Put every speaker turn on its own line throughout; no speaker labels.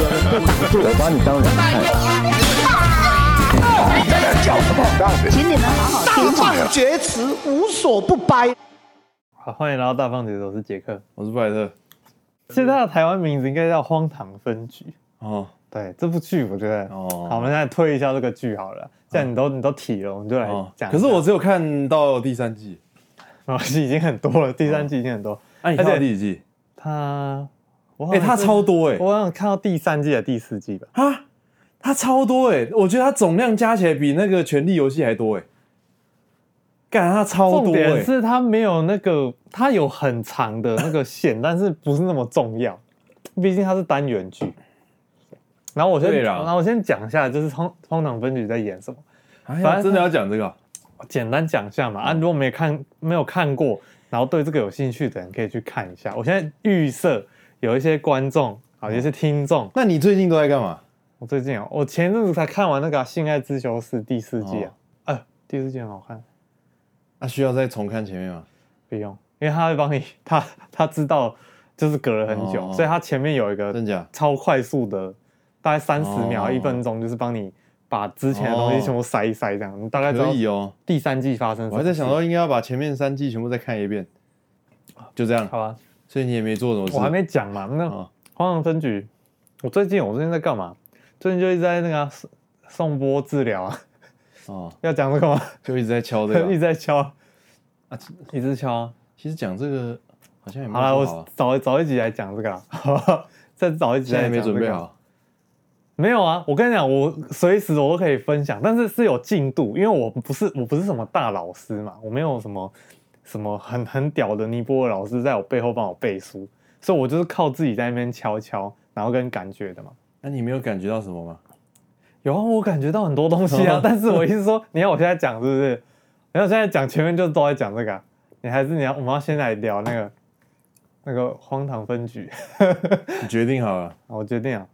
我把你当人看。
请你们好好听话。
厥词无所不掰。
好，欢迎来到大放厥词，我是杰克。
我是布莱特。
现在的台湾名字应该叫《荒唐分局》。
哦，
对，这部剧我觉得，
哦
好，我们现在推一下这个剧好了。既然你都你都提了，我们就来
哦
讲一下。
可是我只有看到第三季，
我是已经很多了，第三季已经很多。
哎、你
而
看
且
到第几季？
他，我好
哎、
像
它
是
超，多哎、
我好像看到第三季的第四季吧。
啊，它超多哎、我觉得它总量加起来比那个《权力游戏》还多哎、干它超
重
多
点
哎、
是它没有那个，它有很长的那个线，但是不是那么重要，毕竟它是单元剧。然后我先，
对啦
然后我先讲一下，就是荒荒唐分局在演什么。
哎
反
呀，
正
真的要讲这个啊、
简单讲一下
嗯
嘛。啊，如果没看没有看过，然后对这个有兴趣的人可以去看一下。我现在预设有一些观众啊，有一些听众，
那你最近都在干嘛？
我最近哦，我前阵子才看完那个啊、性爱自修室》第四季啊
哦，
呃、第四季很好看，
那、啊需要再重看前面吗？
不用，因为他会帮你， 他他知道就是隔了很久，
哦
所以他前面有一个
真假？
超快速的，大概三十秒、
哦
一分钟，就是帮你把之前的东西全部塞一塞，这样你大概知道
可以哦。
第三季发生什么
我还在想
事
说，应该要把前面三季全部再看一遍，就这样。
好啊吧，
所以你也没做什么事，
我还没讲嘛，那
哦
荒唐分局，我最近我最近在干嘛？最近就一直在那个啊、送送波治疗啊，
哦，
要讲这个吗？
就 一直在敲这 个
一直
啊。
在敲
啊
啊，一直敲啊。
其实讲这个好啊像也没
好了，
有做
我早早一集来讲这个啦， 再早一集
现
来
在也
讲
没准
这
备
个
好。
没有啊，我跟你讲，我随时我都可以分享，但是是有进度，因为我不是我不是什么大老师嘛，我没有什么什么很很屌的尼泊尔老师在我背后帮我背书，所以我就是靠自己在那边敲敲，然后跟感觉的嘛。
那、你没有感觉到什么吗？
有啊，我感觉到很多东西
嗯
啊，但是我意思说，你要我现在讲是不是？你要我现在讲前面就都在讲这个啊、你还是你要我们要先来聊那个那个荒唐分局。
你决定好了，
好我决定啊，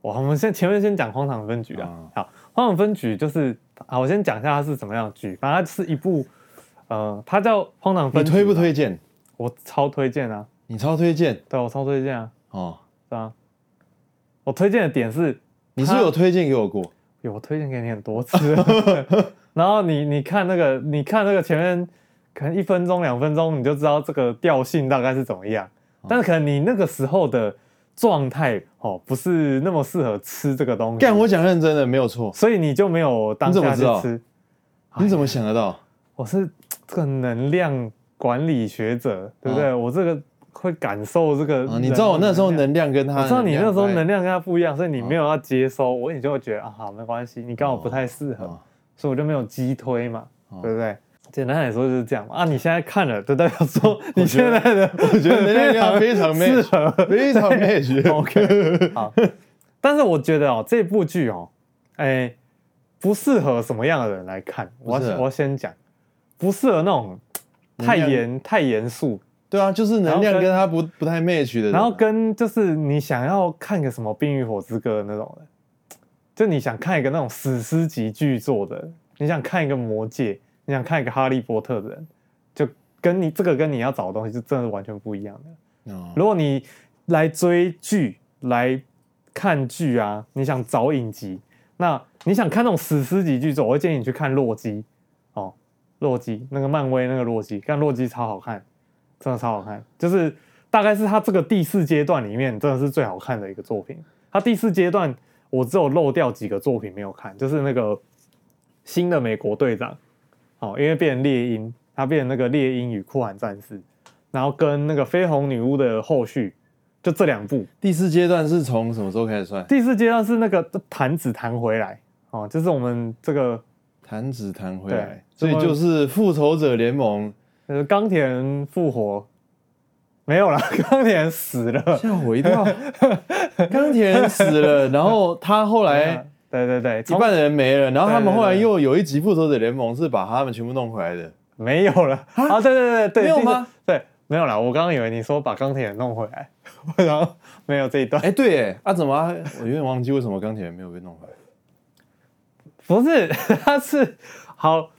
我我们先前面先讲荒唐分局啊。
嗯
好，荒唐分局就是啊，我先讲一下它是怎么样的剧，反正它是一部，呃，它叫荒唐
你
分局。啊
推不？推荐？
我超推荐啊，
你超推荐
对我超推荐啊，
哦，
是啊。我推荐的点是，
你是不是有推荐给我过？
有我推荐给你很多 次， 然后你你看那个，你看那个前面可能一分钟两分钟，你就知道这个调性大概是怎么样。
哦
但是可能你那个时候的状态哦，不是那么适合吃这个东西。
干，我讲认真的，没有错。
所以你就没有当下
你怎
去
么知
吃。
你怎么想得到？
我是这个能量管理学者，对不对？我这个会感受这个人的能量、
哦啊，你知道我那时候能量跟他，
我知道你那时候能量跟他不一样，所以
嗯
你没有要接收，我你就会觉得啊，好，没关系，你刚好不太适合，
哦
所以我就没有击推嘛，对不对？简单来说就是这样嘛啊！你现在看了，就代表说你现在的，我
嗯觉得能量非常
适合
非 常 match。
OK，好。但是我觉得哦，这部剧哦，哎，不适合什么样的人来看。我
不适
要
合
我要先讲，不适合那种太
能量
严太严肃，
对啊，就是能
然后
量
跟
跟他不不太 match 的人啊。
然后跟就是你想要看个什么《冰与火之歌》的那种人，就你想看一个那种史诗级巨作的人，你想看一个《魔戒》，你想看一个《哈利波特》的人，就跟你这个跟你要找的东西，就真的是完全不一样的。
哦
如果你来追剧、来看剧啊，你想找影集，那你想看那种史诗级剧作，我会建议你去看《洛基》哦，《洛基》那个漫威那个《洛基》，看《洛基》超好看，真的超好看，就是大概是它这个第四阶段里面真的是最好看的一个作品。它第四阶段我只有漏掉几个作品没有看，就是那个新的美国队长，哦，因为变成猎鹰，他变成那个猎鹰与酷寒战士，然后跟那个绯红女巫的后续，就这两部。
第四阶段是从什么时候开始算？
第四阶段是那个弹指弹回来，哦，就是我们这个
弹指弹回来，所
对
以就是复仇者联 盟，
呃钢铁人复活，没有啦， 钢铁人死了。
吓我一跳。 钢铁人死了，然后他后来。
对对对，
一
从
半的人没了，然后他
对对
们
对
后来又有一集《复仇者联盟》是把他们全部弄回来的。
没有了啊！对对对对，
没有吗
第四？对，没有啦。我刚刚以为你说把钢铁人弄回来， 然后没有这一段。
哎，对，哎，啊，怎么啊？我有点忘记为什么钢铁人没有被弄回来。
不是， 他是好，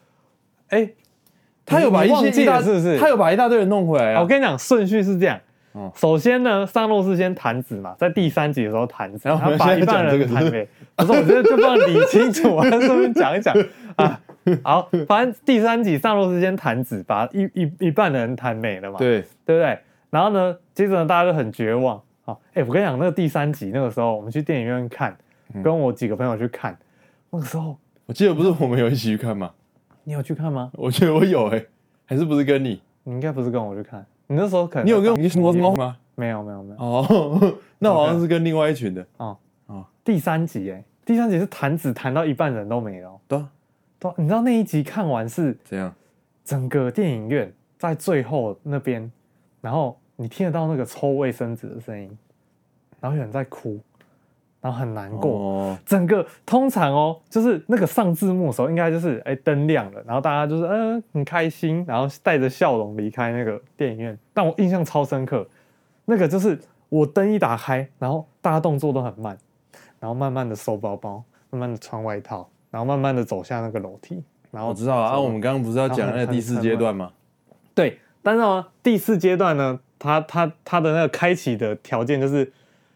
哎、
他有把一
你忘
些
记
一大
了是不是
他有把一大堆人弄回来啊
哦我！跟你讲，顺序是这样，
嗯
首先呢，上路是先弹指嘛，在第三集的时候弹指，
然后我
他
们
把
现
一
在
半
讲这个
人
是
弹没，不是，我觉得这要理清楚啊，顺便讲一讲 啊。好，反正第三集上路是先弹指，把一一一半人弹没了嘛，
对，
对不对？然后呢，接着呢，大家就很绝望啊。哎、我跟你讲，那个第三集那个时候，我们去电影院看，
嗯
跟我几个朋友去看，那个时候
我记得不是我们有一起去看吗？
你有去看吗？
我觉得我有哎、还是不是跟你？
你应该不是跟我去看，你那时候可能
你有跟你说什么吗？
没有没有没有
哦， 那好像是跟另外一群的，
第三集哎、第三集是弹指弹到一半人都没了哦，
对啊，
对啊，你知道那一集看完是
怎样？
整个电影院在最后那边，然后你听得到那个抽卫生纸的声音，然后有人在哭，然后很难过，
哦，
整个通常哦，就是那个上字幕的时候，应该就是哎灯亮了，然后大家就是嗯、呃很开心，然后带着笑容离开那个电影院。但我印象超深刻，那个就是我灯一打开，然后大家动作都很慢，然后慢慢的收包包，慢慢的穿外套，然后慢慢的走下那个楼梯，然后
我知道啊，啊
走
我们刚刚不是要讲那个第四阶段吗？
对，但是呢，第四阶段呢，它它它的那个开启的条件就是，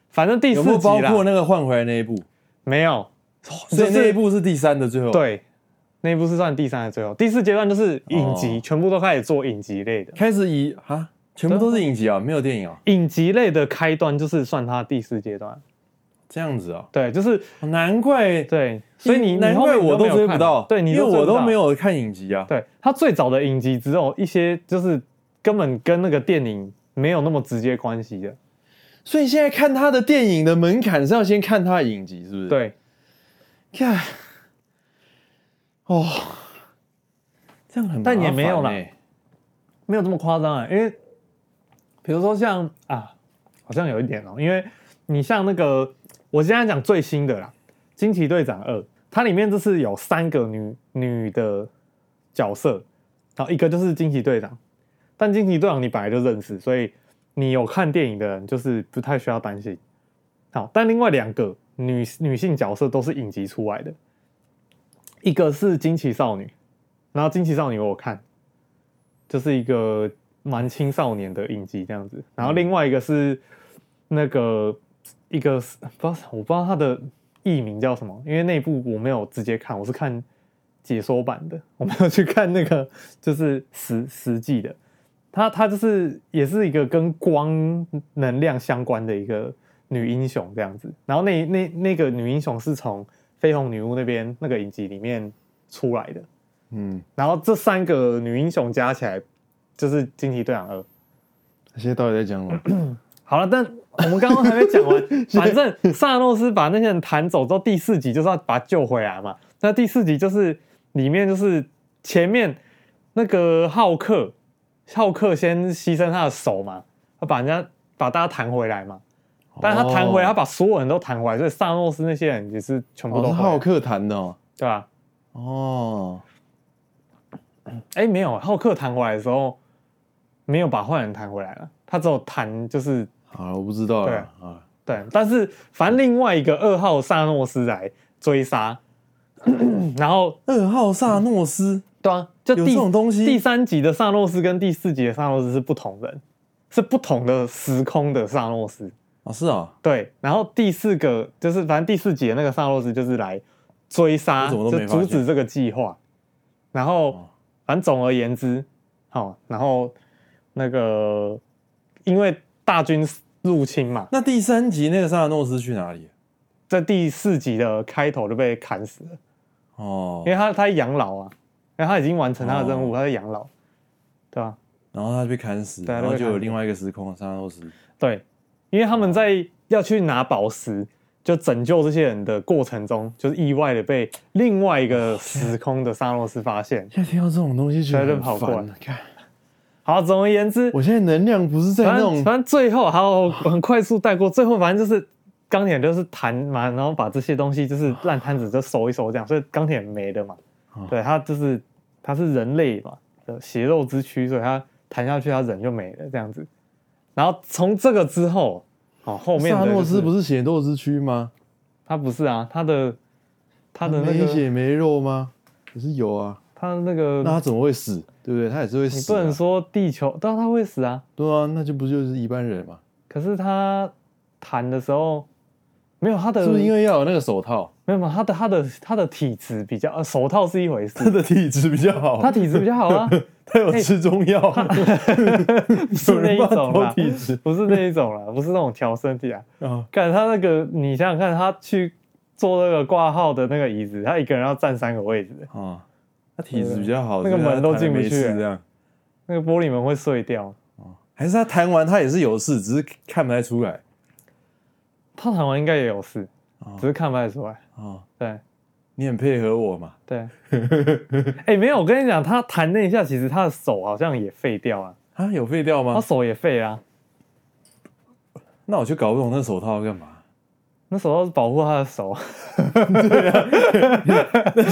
反正第
有
四
没有
集
包
啦，
括那个换回来那一部？
没有，
哦所以
就是
那一部是第三的最后。，
对，那一部是算第三的最后，第四阶段就是影集，
哦
全部都开始做影集类的。
开始以啊，全部都是影集啊，没有电影啊，
影集类的开端就是算它第四阶段，
这样子啊，
对，就是
难怪，
对，所以你
难
你后面
怪我
都没有
追
看
不到，
对，你
因为
追
我
不
都
到
没。有看影集啊。
对，它最早的影集只有一些就是根本跟那个电影没有那么直接关系的，
所以现在看他的电影的门槛是要先看他的影集，是不是？，
对，
看，哦，这样很麻烦欸，
但也没有啦没有这么夸张啊，因为比如说像啊，好像有一点哦、因为你像那个，我现在讲最新的啦，《惊奇队长二》，它里面就是有三个女女的角色，然后一个就是惊奇队长，但惊奇队长你本来就认识，所以你有看电影的人就是不太需要担心。好，但另外两个女女性角色都是影集出来的，一个是惊奇少女，然后惊奇少女我有看，就是一个蛮青少年的影集这样子。然后另外一个是那个一个是不知道我不知道它的译名叫什么，因为那部我没有直接看，我是看解说版的，我没有去看那个就是实实际的。她她就是也是一个跟光能量相关的一个女英雄这样子。然后那那那个女英雄是从绯红女巫那边那个影集里面出来的。
嗯，
然后这三个女英雄加起来就是《惊奇队长二》。
他现在到底在讲什么？
好了，但我们刚刚还没讲 完，反正萨诺斯把那些人弹走之后，第四集就是要把他救回来嘛。那第四集就是里面就是前面那个浩克，浩克先牺牲他的手嘛，他把人家把大家弹回来嘛。但是他弹回来，
哦
他把所有人都弹回来，所以萨诺斯那些人也是全部
哦，
都
是
回来
浩克谈的哦。
对吧、
哦，
哎，没有，浩克弹回来的时候，没有把坏人弹回来了，他只有弹就是
好了，我不知道了
对
啊。
对，但是反正另外一个二号萨诺斯来追杀，然后
二号萨诺斯，
对啊，就
有
第
这种东西
第三集的萨诺斯跟第四集的萨诺斯是不同人，是不同的时空的萨诺斯。
哦，是啊，
对，然后第四个就是反正第四集的那个萨洛斯就是来追杀，
我怎么都
就
没发
阻
现
止这个计划。然后、
哦
反正总而言之，好、然后那个因为大军入侵嘛，
那第三集那个萨诺斯去哪里？
在第四集的开头就被砍死了，
哦
因，为他他在养老啊，因为他已经完成他的任务，
哦
他在养老，对吧、
然后他被砍死，
对啊
然后
他被
就
砍
有
死
另外一个时空的萨诺斯。
对，因为他们在要去拿宝石，就拯救这些人的过程中，就是意外的被另外一个时空的沙洛斯发 现。
现在听到这种东西，觉
得
得
很
很
烦
烦。看，
好，总而言之，
我现在能量不是在
反
那
正
种
反正最后还有很快速带过，最后反正就是钢铁就是弹嘛，然后把这些东西就是烂摊子就收一收这样，所以钢铁没了嘛。
哦
对，他就是他是人类嘛的血肉之躯，所以他弹下去，他人就没了这样子。然后从这个之后，哦，后面
萨
的、
诺
就是
斯不是血肉之躯吗？
他不是啊，他的他的那
没
个
血没肉吗？可是有啊，
他的那个
那他怎么会死？对不对？他也是会死、
你
啊，
不能说地球，但他会死啊。
对啊，那就不就是一般人嘛？
可是他弹的时候，没有他的，
是不是因为要有那个手套？
没有没有他的他的他的体质比较，呃，手套是一回
他
事，
的体质比较好，
他体质比较好啊，
他有吃中药，
是那一种啊
有人帮他
啦
调，体质
不是那一种啦，不是那种调身体啊。
啊，
看他那个，你想想看，他去做那个挂号的那个椅子，他一个人要占三个位置，
哦，他体质比较好，
那个门都进不去啊
所以他弹得没事这啊样。
那个玻璃门会碎掉。
还是他弹完他也是有事，只是看不太出来
他弹完应该也有事，只是看不太出来。
哦，
对
你很配合我嘛？
对，哎、没有，我跟你讲，他弹那一下，其实他的手好像也废掉了，
啊，有废掉
他
吗？
手也废啊。
那我就搞不懂那手套干嘛？
那手套是保护他的手，
所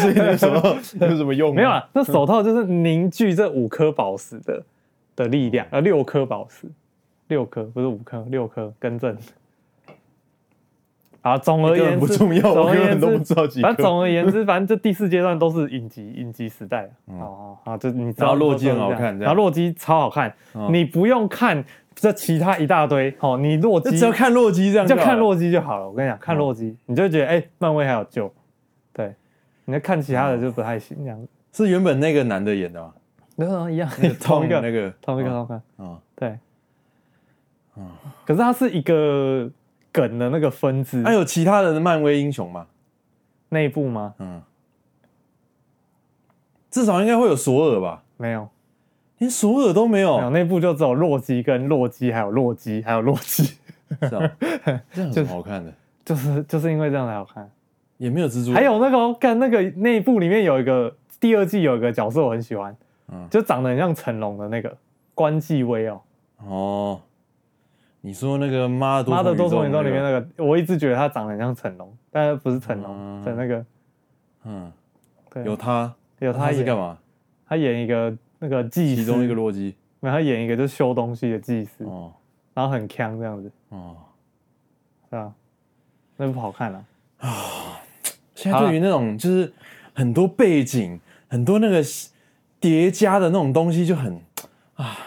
以那手套 有什么用吗？
没有啊，那手套就是凝聚这五颗宝石的的力量，呃，六颗宝石，六颗不是五颗，六颗，更正。啊，总而
根
言
本
之，
不重要
总而
我根
言
本
之
都不知道几颗
反正总而言之，反正这第四阶段都是影集影集时代。哦，好，就你知
嗯然
道
后洛基很好
都是这样
看这
然
样嗯
后洛基超好看，你不用看这其他一大堆，哦，你洛基
那只要看洛基这样
就
好了，嗯
看洛基就好了。我跟你讲，看洛基，你就会觉得哎、漫威还有救。对，你在看其他的就不太行，这样子。
是原本那个男的演的吗？
没有一样
嗯那个，
同一个
Tom 那个
同一个同一
嗯
个，
啊，
对，可是它是一个梗的那个分支，
啊还有其他的漫威英雄吗？
内部吗？
嗯，至少应该会有索尔吧？
没有，
连索尔都没
没有，
有，
内部就只有洛基跟洛基，还有洛基，还有洛基，
是啊，这样有什么好看的？
就是就是因为这样才好看。
也没有蜘蛛，
还有那个哦干那个内部里面有一个第二季有一个角色我很喜欢，
嗯
就长得很像成龙的那个关继威哦，
哦，你说那个妈
《
的
妈的多重宇宙》里面
那
那
个，
个，我一直觉得他长得很像成龙，但是不是成龙
嗯
的那个，
嗯，
对，啊
有他，
有他
他是
演
干嘛？
他演一个那个技师，
其 中一个洛基，
然后他演一个就是修东西的技师，
哦
然后很强这样子，
哦。
是吧？那不好看了、啊
现在对于那种就是很多背景、很多那个叠加的那种东西就很啊，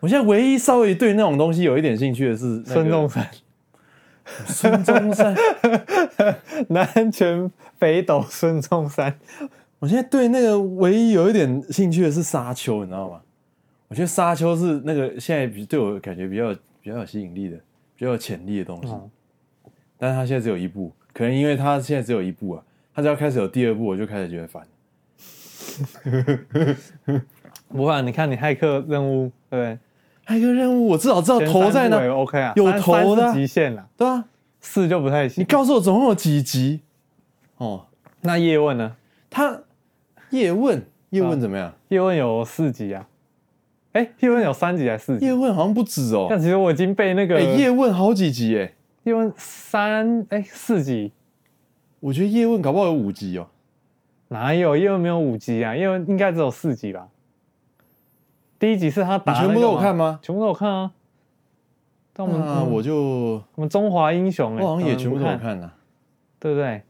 我现在唯一稍微对那种东西有一点兴趣的是、那个
孙中山
孙中山，
南拳北斗孙中山，
我现在对那个唯一有一点兴趣的是沙丘，你知道吗？我觉得沙丘是那个现在比对我感觉比较比较有吸引力的、比较有潜力的东西，
嗯
但是它现在只有一部，可能因为它现在只有一部啊，它只要开始有第二部，我就开始觉得烦。
不会、啊，你看你骇客任务，对
还有一个任务，我至少知道
不对，
哦头在哪
前三部也，OK 啊，
有
三
头的啊
三是极限了，
对啊，
四就不太
你
行。
告诉我总共有几集？哦，
那叶问呢？
他叶问，叶问
啊
怎么样？
叶问有四集啊，哎，叶问有三集还是四集
叶？问好像不止哦
但，其实我已经被那个
哎，叶问好几集哎，
叶问三哎四集
我觉得叶问搞不好有五集哦。
哪有叶问没有五集啊？叶问应该只有四集吧？第一集是他打
你全部
那个
都有看吗
全部都有看啊！但我们、
那我就
嗯我们中华英雄、欸，
我好像也全部都有
怎么不看，啊
看了。
对不对？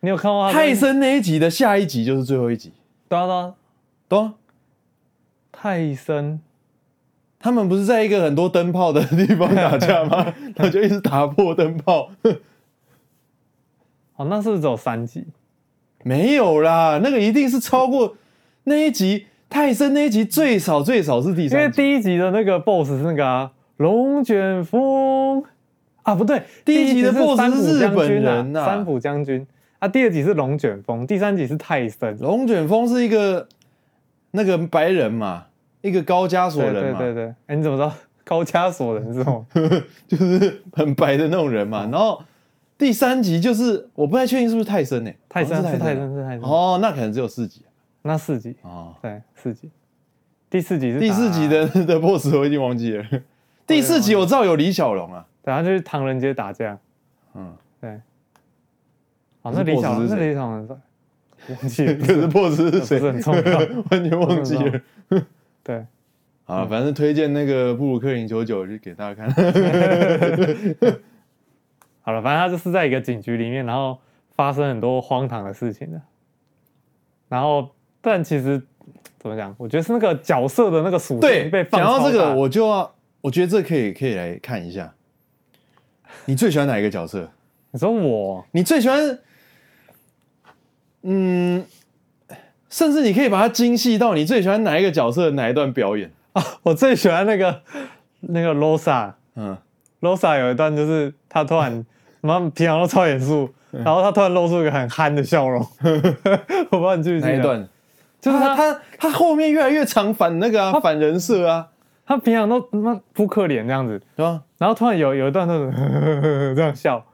你有看过他的
泰？森那一集的下一集就是最后一集，
对啊对啊，
懂吗？
泰森
他们不是在一个很多灯泡的地方打架 吗？他就一直打破灯泡，
哦，那是不是只有三集？
没有啦，那个一定是超过那一集。泰森那一集最少最少是第
因为
三集，
第一集的那个 BOSS 是那个啊，龙卷风啊，不对，
第一集的
是
BOSS
三浦
是日
将军
本人
啊，
啊
三浦将军啊，第二集是龙卷风，第三集是泰森，
龙卷风是一个那个白人嘛，一个高加索
对
人
对
嘛，
对对，哎，你怎么知道 高加索人 是吗？
就是很白的那种人
哦
嘛。然后第三集就是我不太确定是不是泰森呢、
泰森
好像
是
是
泰
泰
森是
森
泰森，
哦，那可能只有四集
那四集
哦。
对四集，第四集是
第
打
四集，的的 BOSS 我已经忘记了。第四集我知道有李小龙啊，
等下就是唐人街打架，
嗯，
对，哦，
可
那
是
李小
boss
龙
是
那
谁
李小龙忘记
可
了，
是 BOSS 是谁
不是很重 要
完全忘记
不是很重
了
要。对，
啊，反正推荐那个《布鲁克林九九》就给大家看。
好了，反正他就是在一个警局里面，然后发生很多荒唐的事情的。然后，但其实怎么讲？我觉得是那个角色的那个属
对
性被，放
讲
超大。
到这个，我就要，我觉得这可以可以来看一下，你最喜欢哪一个角色？
你说我
你最喜欢，嗯，甚至你可以把它精细到你最喜欢哪一个角色的哪一段表演。
啊，我最喜欢那个那个 Rosa。
嗯，
Rosa 有一段就是她突然，妈平常都超严肃，
嗯
然后她突然露出一个很憨的笑容。 我不知道你记不记
哪
得？
一段？
就是
啊他
她，
他他后面越来越常反那个啊，反人设啊，
她平常都妈扑克脸这样子，
对吧？
然后突然有有一段那种 这样笑，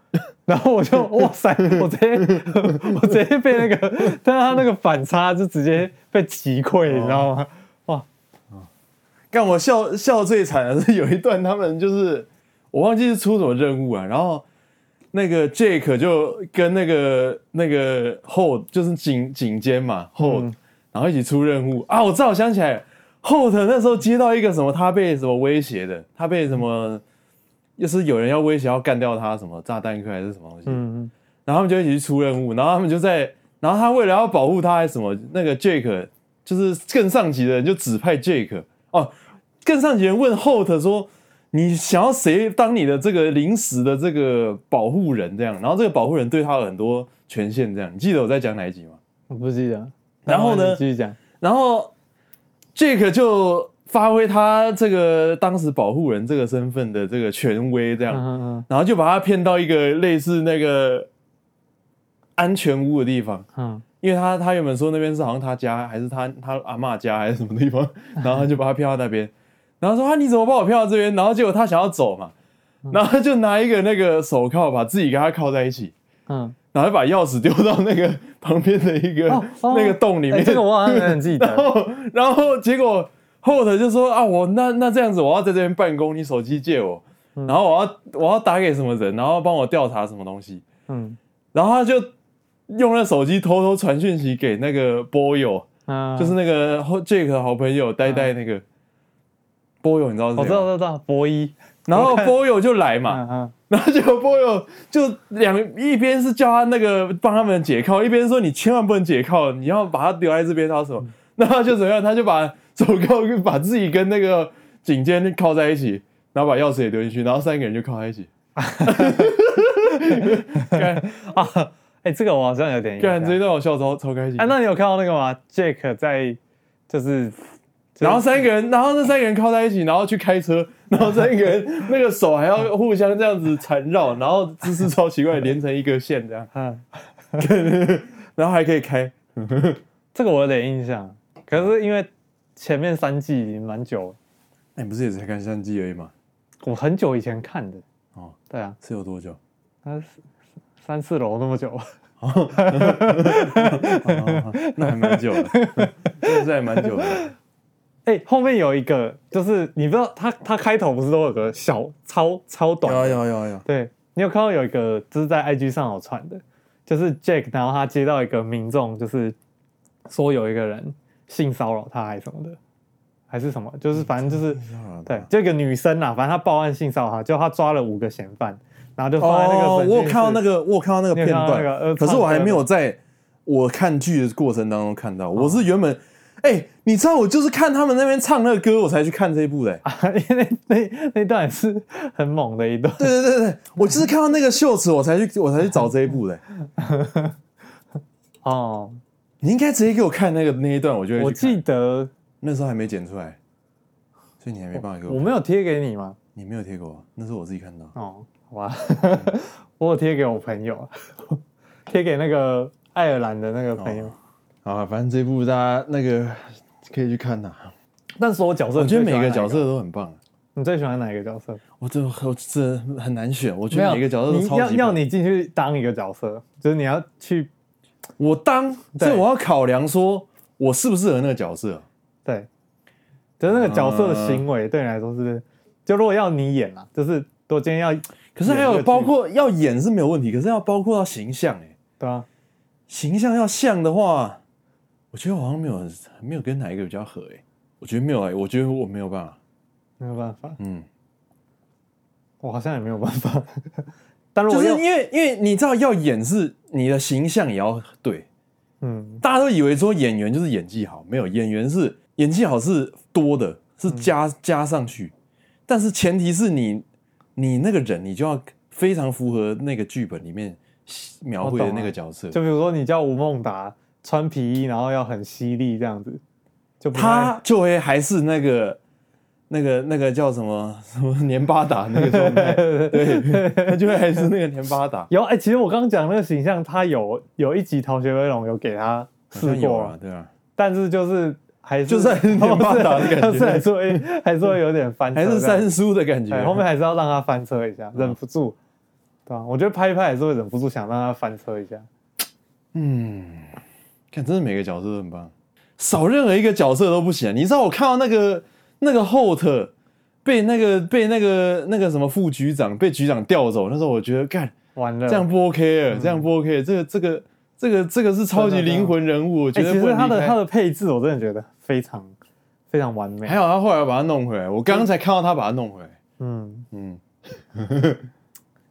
然后我 就哇塞，我直接 我直接被那个，但是她那个反差就直接被击溃，你知道吗？
干我笑笑最惨的是有一段他们就是我忘记是出什么任务啊，然后那个 Jake 就跟那个那个后就是警警监嘛后，然后一起出任务啊，我正好想起来了后藤那时候接到一个什么他被什么威胁的，他被什么又是有人要威胁要干掉他什么炸弹客还是什么东西，
嗯，
然后他们就一起去出任务，然后他们就在，然后他为了要保护他还是什么，那个 Jake 就是更上级的人就指派 Jake 哦，更上级人问 Holt 说你想要谁当你的这个临时的这个保护人这样，然后这个保护人对他有很多权限这样，你记得我在讲哪一集吗？
我不记得。
然后呢
你继续讲。
然后 Jake 就发挥他这个当时保护人这个身份的这个权威这样，
嗯嗯
然后就把他骗到一个类似那个安全屋的地方，
嗯嗯，
因为他他原本说那边是好像他家还是他他阿嬷家还是什么地方，然后他就把他骗到那边，然后说啊你怎么把我骗到这边？然后结果他想要走嘛，
嗯
然后他就拿一个那个手铐把自己跟他铐在一起，
嗯，
然后就把钥匙丢到那个旁边的一个、
哦哦
那个洞里
哎
面，哦
这个我好像有 点记得
然。后然后结果后头就说啊，我那那这样子，我要在这边办公，你手机借我，
嗯
然后我要我要打给什么人，然后帮我调查什么东西，
嗯
然后他就用那手机偷偷传讯息给那个波友，
嗯，
就是那个后 Jake 的好朋友呆呆那个波友，你知道是谁
我哦
吗
知道，知道知道，博一。
然后波友就来嘛，
嗯嗯。
然后结果波友就两一边是叫他那个帮他们解铐，一边说你千万不能解铐，你要把他留在这边，他
嗯
说，那他就怎么样？他就把手铐跟把自己跟那个警监铐在一起，然后把钥匙也丢进去，然后三个人就铐在一
哎
起，
啊，哎，这个我好像有点印象。
干这一段我笑超超开心
哎、。那你有看到那个吗？Jack 在就是
然后三个 人，然后那三个人靠在一起，然后去开车，然后三个人那个手还要互相这样子缠绕，然后姿势超奇怪，连成一个线这样，
嗯，
然后还可以开。
这个我有点印象，可是因为前面三季已经蛮久了，
哎、你不是也才看相机而已吗？
我很久以前看的。
哦，
对啊，
是有多久？
那三四楼那么久，
那还蛮久的，真的是还蛮久的。
哎、后面有一个就是你不知道他他开头不是都有个小超超短的
有啊有有，
对你有看到有一个就是在 IG 上有传的，就是 Jack，然后他接到一个民众，就是说有一个人性骚扰他还是什么的，还是什么，就是反正就是对，就一个女生啦，反正她报案性骚扰他，就他抓了五个嫌犯，然后就放在那个
哦，
审讯室、
我有看到那个，我有看到那个片
你有看到那个
段，
呃
可是我还没有在我看剧的过程当中看到。我是原本，哎、你知道我就是看他们那边唱那个歌，我才去看这一部的、哎
啊，因为 那那那段也是很猛的一段，
对 对对对，我就是看到那个秀词，我才去我才去找这一 部的、哎
哦，
你应该直接给我看那个那一段，我就会去看
我记得
那时候还没剪出来，所以你还没办法给我
我
看，
没有贴给你吗？
你没有贴给我，那是我自己看到。
哦，好 吧，我有贴给我朋友，啊贴给那个爱尔兰的那个朋友。
啊，反正这一部大家那个可以去看呐、
但所有角色，
我觉得每
个
个角，色都很棒。
你最喜欢哪一个角色？
我这我这很难选，我觉得每个角色都超级
要
棒
要你进去当一个角色，就是你要去
我当
对
这我要考量说我适不适合那个角色。
对，就是那个角色的行
嗯
为对你来说是，就如果要你演啦，就是如果今天要，
可是还
演这
有
个
包括要演是没有问题，可是要包括到形象哎、
对啊，
形象要像的话，我觉得我好像没有没有跟哪一个比较合哎、我觉得没有哎、我觉得我没有办法，
没有办法，
嗯，
我好像也没有办法。 但如
就
果
是
要，
因为因为你知道要演是你的形象也要对，
嗯
大家都以为说演员就是演技好，没有演员是演技好是多的，是加、
嗯
加上去，但是前提是你你那个人你就要非常符合那个剧本里面描绘的那个角色。
就比如说你叫吴孟达穿皮衣，然后要很犀利这样子，就不太
他就会还是那个那个那个叫什么 什么年巴达那个 状态，对，他就会还是那个年巴达。
有哎、其实我刚刚讲那个形象，他有有一集《逃学威龙》有给他
好
试
像有
过，
啊，对啊，
但是就是还是
就是 很很霸道的感觉
但是还是会还是会有点翻车
还
这样，
是三叔的感觉。
哎后面还是要让他翻车一下，
嗯
忍不住，对吧、我觉得拍一拍也是会忍不住想让他翻车一下，
看，真的每个角色都很棒，少任何一个角色都不行。啊你知道我看到那个那个 Holt 被那个被那个那个什么副局长被局长调走，那时候我觉得干
完了
这样不 OK 了，这样不 OK，了这个这个这个这个是超级
真的
灵魂人物，我
哎、
觉得
其
不
实
能
他的
离开
他的配置我真的觉得非常非常完美
还，好他后来把他弄回来，我刚才看到他把他弄回来，
嗯，
嗯，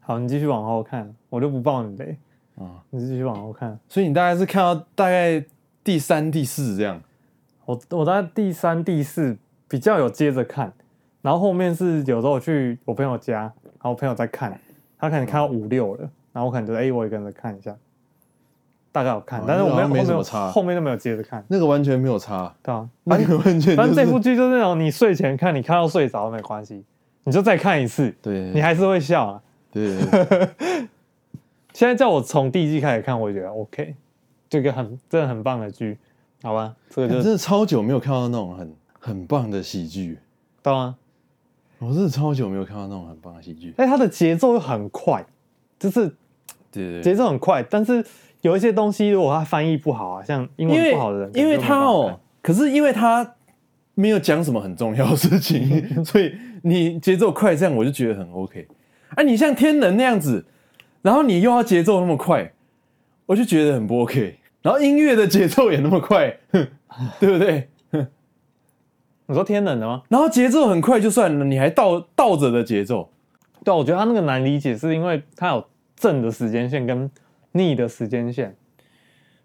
好，你继续往后看，我就不爆你雷
啊
你继续往后看。
所以你大概是看到大概第三第四这样，
我我在第三、第四比较有接着看，然后后面是有时候我去我朋友家，然后我朋友在看，他可能
嗯
看到五六了，然后我可能就哎、诶我也跟着看一下，大概有看
哦，
但是我没有
那好像没什
后面
么
有
差
后面就没有接着看，
那个完全没有差，
对啊，
那个完全
反正这
就是
部剧就是那种你睡前看，你看到睡着没关系，你就再看一次，
对
你还是会笑啊。
对对对
现在叫我从第一季开始看，我也觉得 OK，这个很真的很棒的剧，好吧，这个
真
就是
的超久没有看到那种很很棒的喜剧。
到啊。
我真的超久没有看到那种很棒的喜剧。
哎，它的节奏又很快，就是
对
节奏很快，但是有一些东西如果它翻译不好啊，像英
因
文
为
不好的人，
因为他哦，，可是因为他没有讲什么很重要的事情，所以 你节奏快这样，我就觉得很 OK。啊，你像天能那样子，然后你又要节奏那么快，我就觉得很不 OK。然后音乐的节奏也那么快， 哼对不对？
你说天冷的吗？
然后节奏很快就算了，你还倒倒着的节奏，
对啊，我觉得他那个难理解，是因为他有正的时间线跟逆的时间线，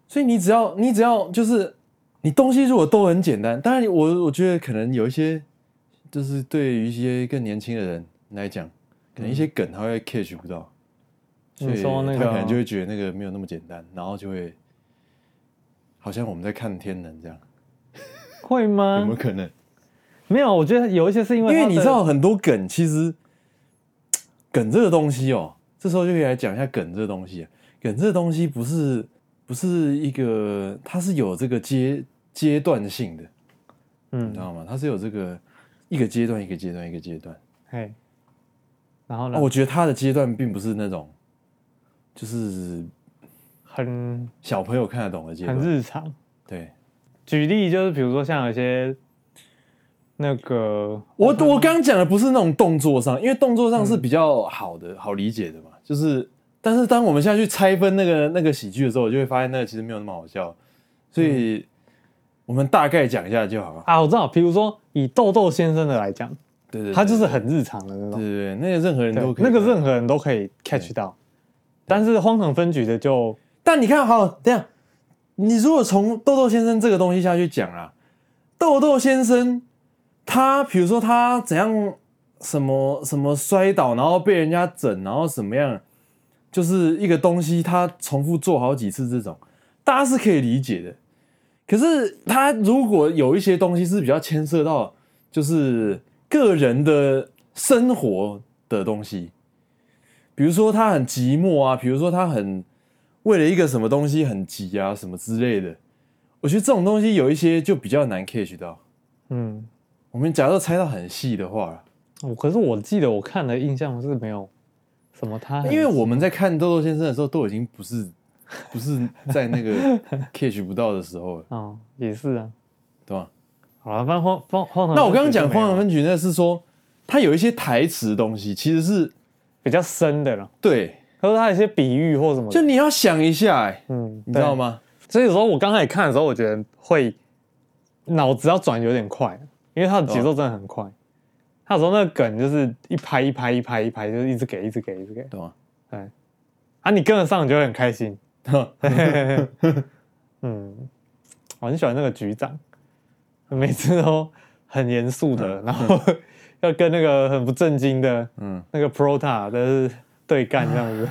所以你只要你只要就是你东西如果都很简单，当然我我觉得可能有一些就是对于一些更年轻的人来讲，可能一些梗他会 catch 不到，所
你
以
说那
他可能就
个
会觉得那个没有那么简单，然后就会好像我们在看天能这样，
会
有
吗
没有？可能？
没有，我觉得有一些是因为
因为
它的
你知道很多梗其实梗这个东西哦，这时候就可以来讲一下梗这个东西啊。梗这个东西不是不是一个，它是有这个阶阶段性的，你
嗯
知，道吗？它是有这个一个阶段一个阶段一个阶段。
嘿，然后呢，
哦，我觉得它的阶段并不是那种就是
很
小朋友看得懂的阶
很
段，
日常。
对。
举例就是，比如说像有些那个，
我我刚讲的不是那种动作上，因为动作上是比较好的、好理解的嘛。就是，但是当我们现在去拆分那个那个喜剧的时候，我就会发现那个其实没有那么好笑，所以、我们大概讲一下就好了。
啊，我知道，比如说以豆豆先生的来讲，
对对
他就是很日常的那
对
种，
对对，那个任何人都可
对，
以
那个任何人都可以 catch 到，但是荒唐分局的就
但你看，好，这样，你如果从豆豆先生这个东西下去讲啊，豆豆先生他，比如说他怎样什么什么摔倒，然后被人家整，然后怎么样，就是一个东西他重复做好几次这种，大家是可以理解的。可是他如果有一些东西是比较牵涉到就是个人的生活的东西，比如说他很寂寞啊，比如说他很为了一个什么东西很急啊，什么之类的。我觉得这种东西有一些就比较难 catch 到。
嗯，
我们假如拆到很细的话，
我可是我记得我看的印象是没有什么他很，
因为我们在看豆豆先生的时候，都已经不是不是在那个 catch 不到的时候了，
哦也是啊，
对吧？
好了，反正荒荒荒唐分局就没有，
那我刚刚讲荒唐分局那是说，它有一些台词的东西，其实是
比较深的了，
对，
可是他有一些比喻或什么的，
就你要想一下、哎，
嗯，
你知道
对？
吗？
所以有时候我刚开始看的时候，我觉得会脑子要转有点快，因为它的节奏真的很快。
哦
它有时候那个梗就是一拍一拍一拍一拍，就是一直给一直给一直给
对吧？
啊，你跟得上你就会很开 心。
对吧
哦嗯，我很喜欢那个局长，每次都很严肃的， 然后要跟那个很不正经的，嗯
嗯，
那个 Prota 的对干这样子。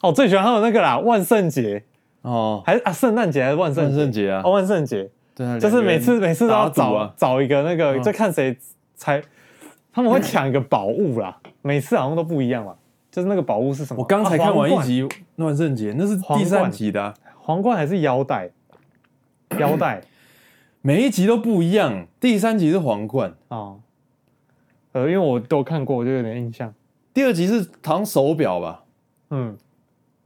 哦，最喜欢还有那个啦，万圣节
哦，
还是啊圣诞节还是万圣
万圣节啊
哦，万圣节
对啊，
就是每次每次都要
打赌
找
啊
找一个那个，就看谁才他们会抢一个宝物啦，每次好像都不一样嘛，就是那个宝物是什么？
我刚才
啊
看
皇
完一
冠
集《万圣节》，那是
皇
第三
冠
集的啊，
皇冠还是腰带，腰带
每一集都不一样。第三集是皇冠，
哦，呃，因为我都看过，我就有点印象。
第二集是糖手表吧？
嗯，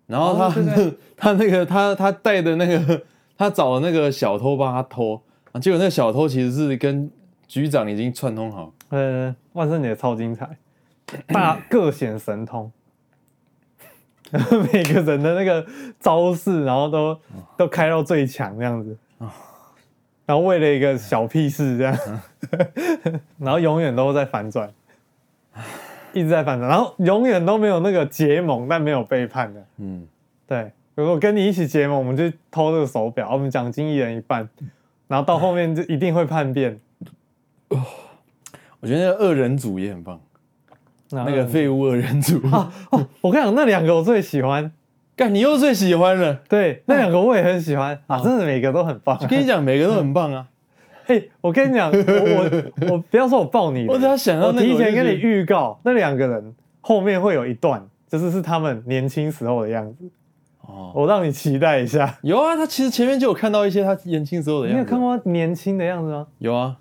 然后他、
哦对
他那个他他带的那个 他找的那个小偷帮他偷，啊结果那个小偷其实是跟局长已经串通好。
呃，万圣节超精彩，大各显神通， 每个人的那个招式，然后
哦
都都开到最强这样子，然后为了一个小屁事这样，
嗯
然后永远都在反转，一直在反转，然后永远都没有那个结盟但没有背叛的，
嗯，
对，如果跟你一起结盟，我们就偷这个手表，我们奖金一人一半，然后到后面就一定会叛变。
我觉得那个二人组也很棒，
那
那个废物二人 组，
我跟你讲，那两个我最喜欢，
干你又最喜 欢了。
对，那两个我也很喜欢啊，真的每个都很棒。
嗯跟你讲，每个都很棒啊。
嘿，我跟你讲，我我 我不要说我爆你了，
我只要想到
我
那个
提
我就
前跟你
觉得
预告，那两个人后面会有一段，就是是他们年轻时候的样子，
哦，
我让你期待一下。
有啊，他其实前面就有看到一些他年轻时候的
你
样
有
子。
看？过他年轻的样子吗？
有啊，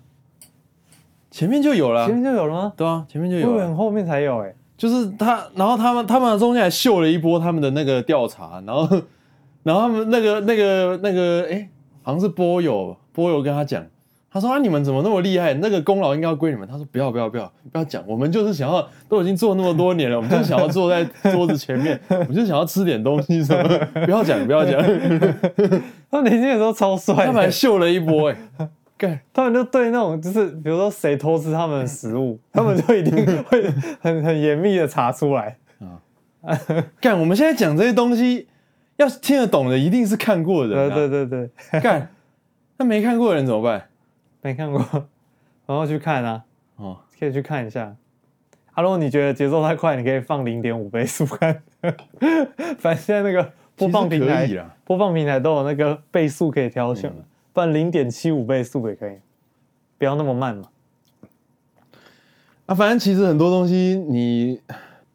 前面就有了
前。面就有了吗？
对啊，前面就
我以
啊有
为
了
很。后面才有，哎，
就是他，然后他们他们中间还秀了一波他们的那个调查，然后 然后他们那个那个那个，哎、好像是波友波友跟他讲，他说啊你们怎么那么厉害？那个功劳应该要归你们。他说不要不要不要不要讲，我们就是想要都已经做那么多年了，我们就想要坐在 桌子前面，我们就想要吃点东西什么的，不要讲不要讲。
他们年轻的时候超帅的，
他们还秀了一波、哎， 干
他们就对那种就是比如说谁偷吃他们的食 物，他们就一定会很很严密的查出来。
干，我们现在讲这些东西，要听得懂的一定是看过的
对
人、啊，
对对对，
对，干，那没看过的人怎么办？
没看过，然后去看啊，
哦。
可以去看一下。啊，如果你觉得节奏太快，你可以放零点五倍速看。 反正现在那个播放平台
其实可以啊啦，
播放平台都有那个倍速可以挑选了，不然零点七五倍速也可以，不要那么慢嘛。
啊，反正其实很多东西你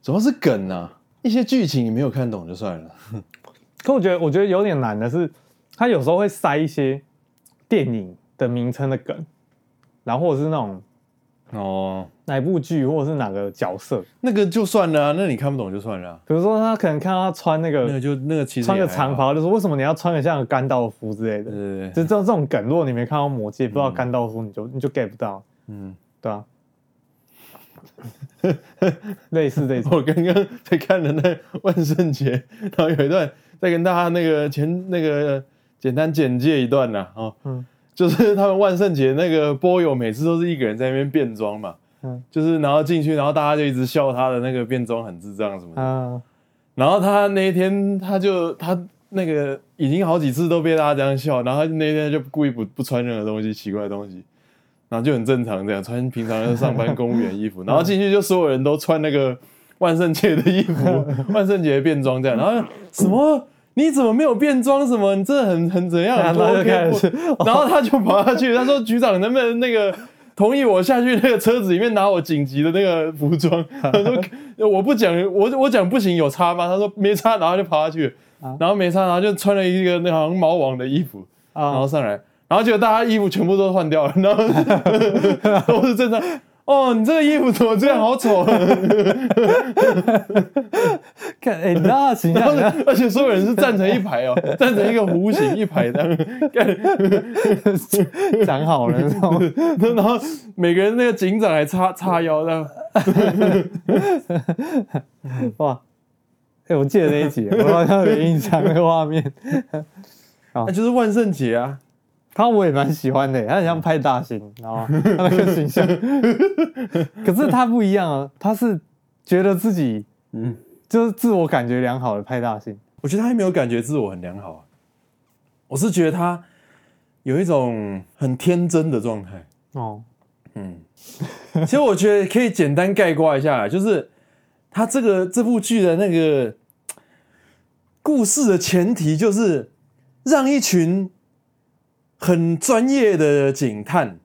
主要是梗啊，一些剧情你没有看懂就算了。
可我觉得，我觉得有点难的是，他有时候会塞一些电影的名称的梗，然后或者是那种
哦，
哪部剧或者是哪个角色，
那个就算了、啊，那你看不懂就算了啊、
比如说他可能看到他穿那个
那个就那个其实
穿
也
个
还好
长，袍，就说为什么你要穿个像甘道夫之类的
对，对
就这
对，
这种梗，如果你没看到《魔戒》，不知道甘道夫，你就你就 get 不到，
嗯，
对啊， 类似这种，
我刚刚在看的那万圣节，然后有一段在跟大家那个前那个简单简介一段呐、哦，
嗯
就是他们万圣节那个波友每次都是一个人在那边变装嘛，
嗯
就是然后进去，然后大家就一直笑他的那个变装很智障什么的。
啊，
然后他那一天他就他那个已经好几次都被大家这样笑，然后他那天就故意不不穿任何东西奇怪的东西，然后就很正常这样穿平常的上班公务员衣服， 然后进去就所有人都穿那个万圣节的衣 服，万圣节变装这样，然后什么。你怎么没有变装？什么？你这很很 怎样？
然
很不
后他就
OK
开始 哦
不然后他就跑下去，他说：“局长能不能那个同意我下去那个车子里面拿我紧急的那个服装？” 他说：“我不讲，我我讲不行，有差吗？”他说：“没差。”然后就跑下去
啊，
然后没差，然后就穿了一个那好像毛网的衣服，然后
啊，
上来，然后结果大家衣服全部都换掉了，然后都是正 常。哦，你这个衣服怎么这样？好丑！啊
看，哎，你知道 他的形
然后
象，
呢而且所有人是站成一排哦，站成一个弧形一排这样。
讲好了，那种
然后每个人那个警长还叉叉腰这样。
哇，哎，我记得那一集，我好像有点印象那个画面，
那、就是万圣节啊，
他我也蛮喜欢的，他很像派大星，你知道吗？他那个形象，可是他不一样啊，他是觉得自己，嗯
嗯，
就是自我感觉良好的派大星。
我觉得他还没有感觉自我很良好啊、我是觉得他有一种很天真的状态。
哦，
其实我觉得可以简单概括一下，就是他这个这部剧的那个嘖故事的前提，就是让一群很专业的警探、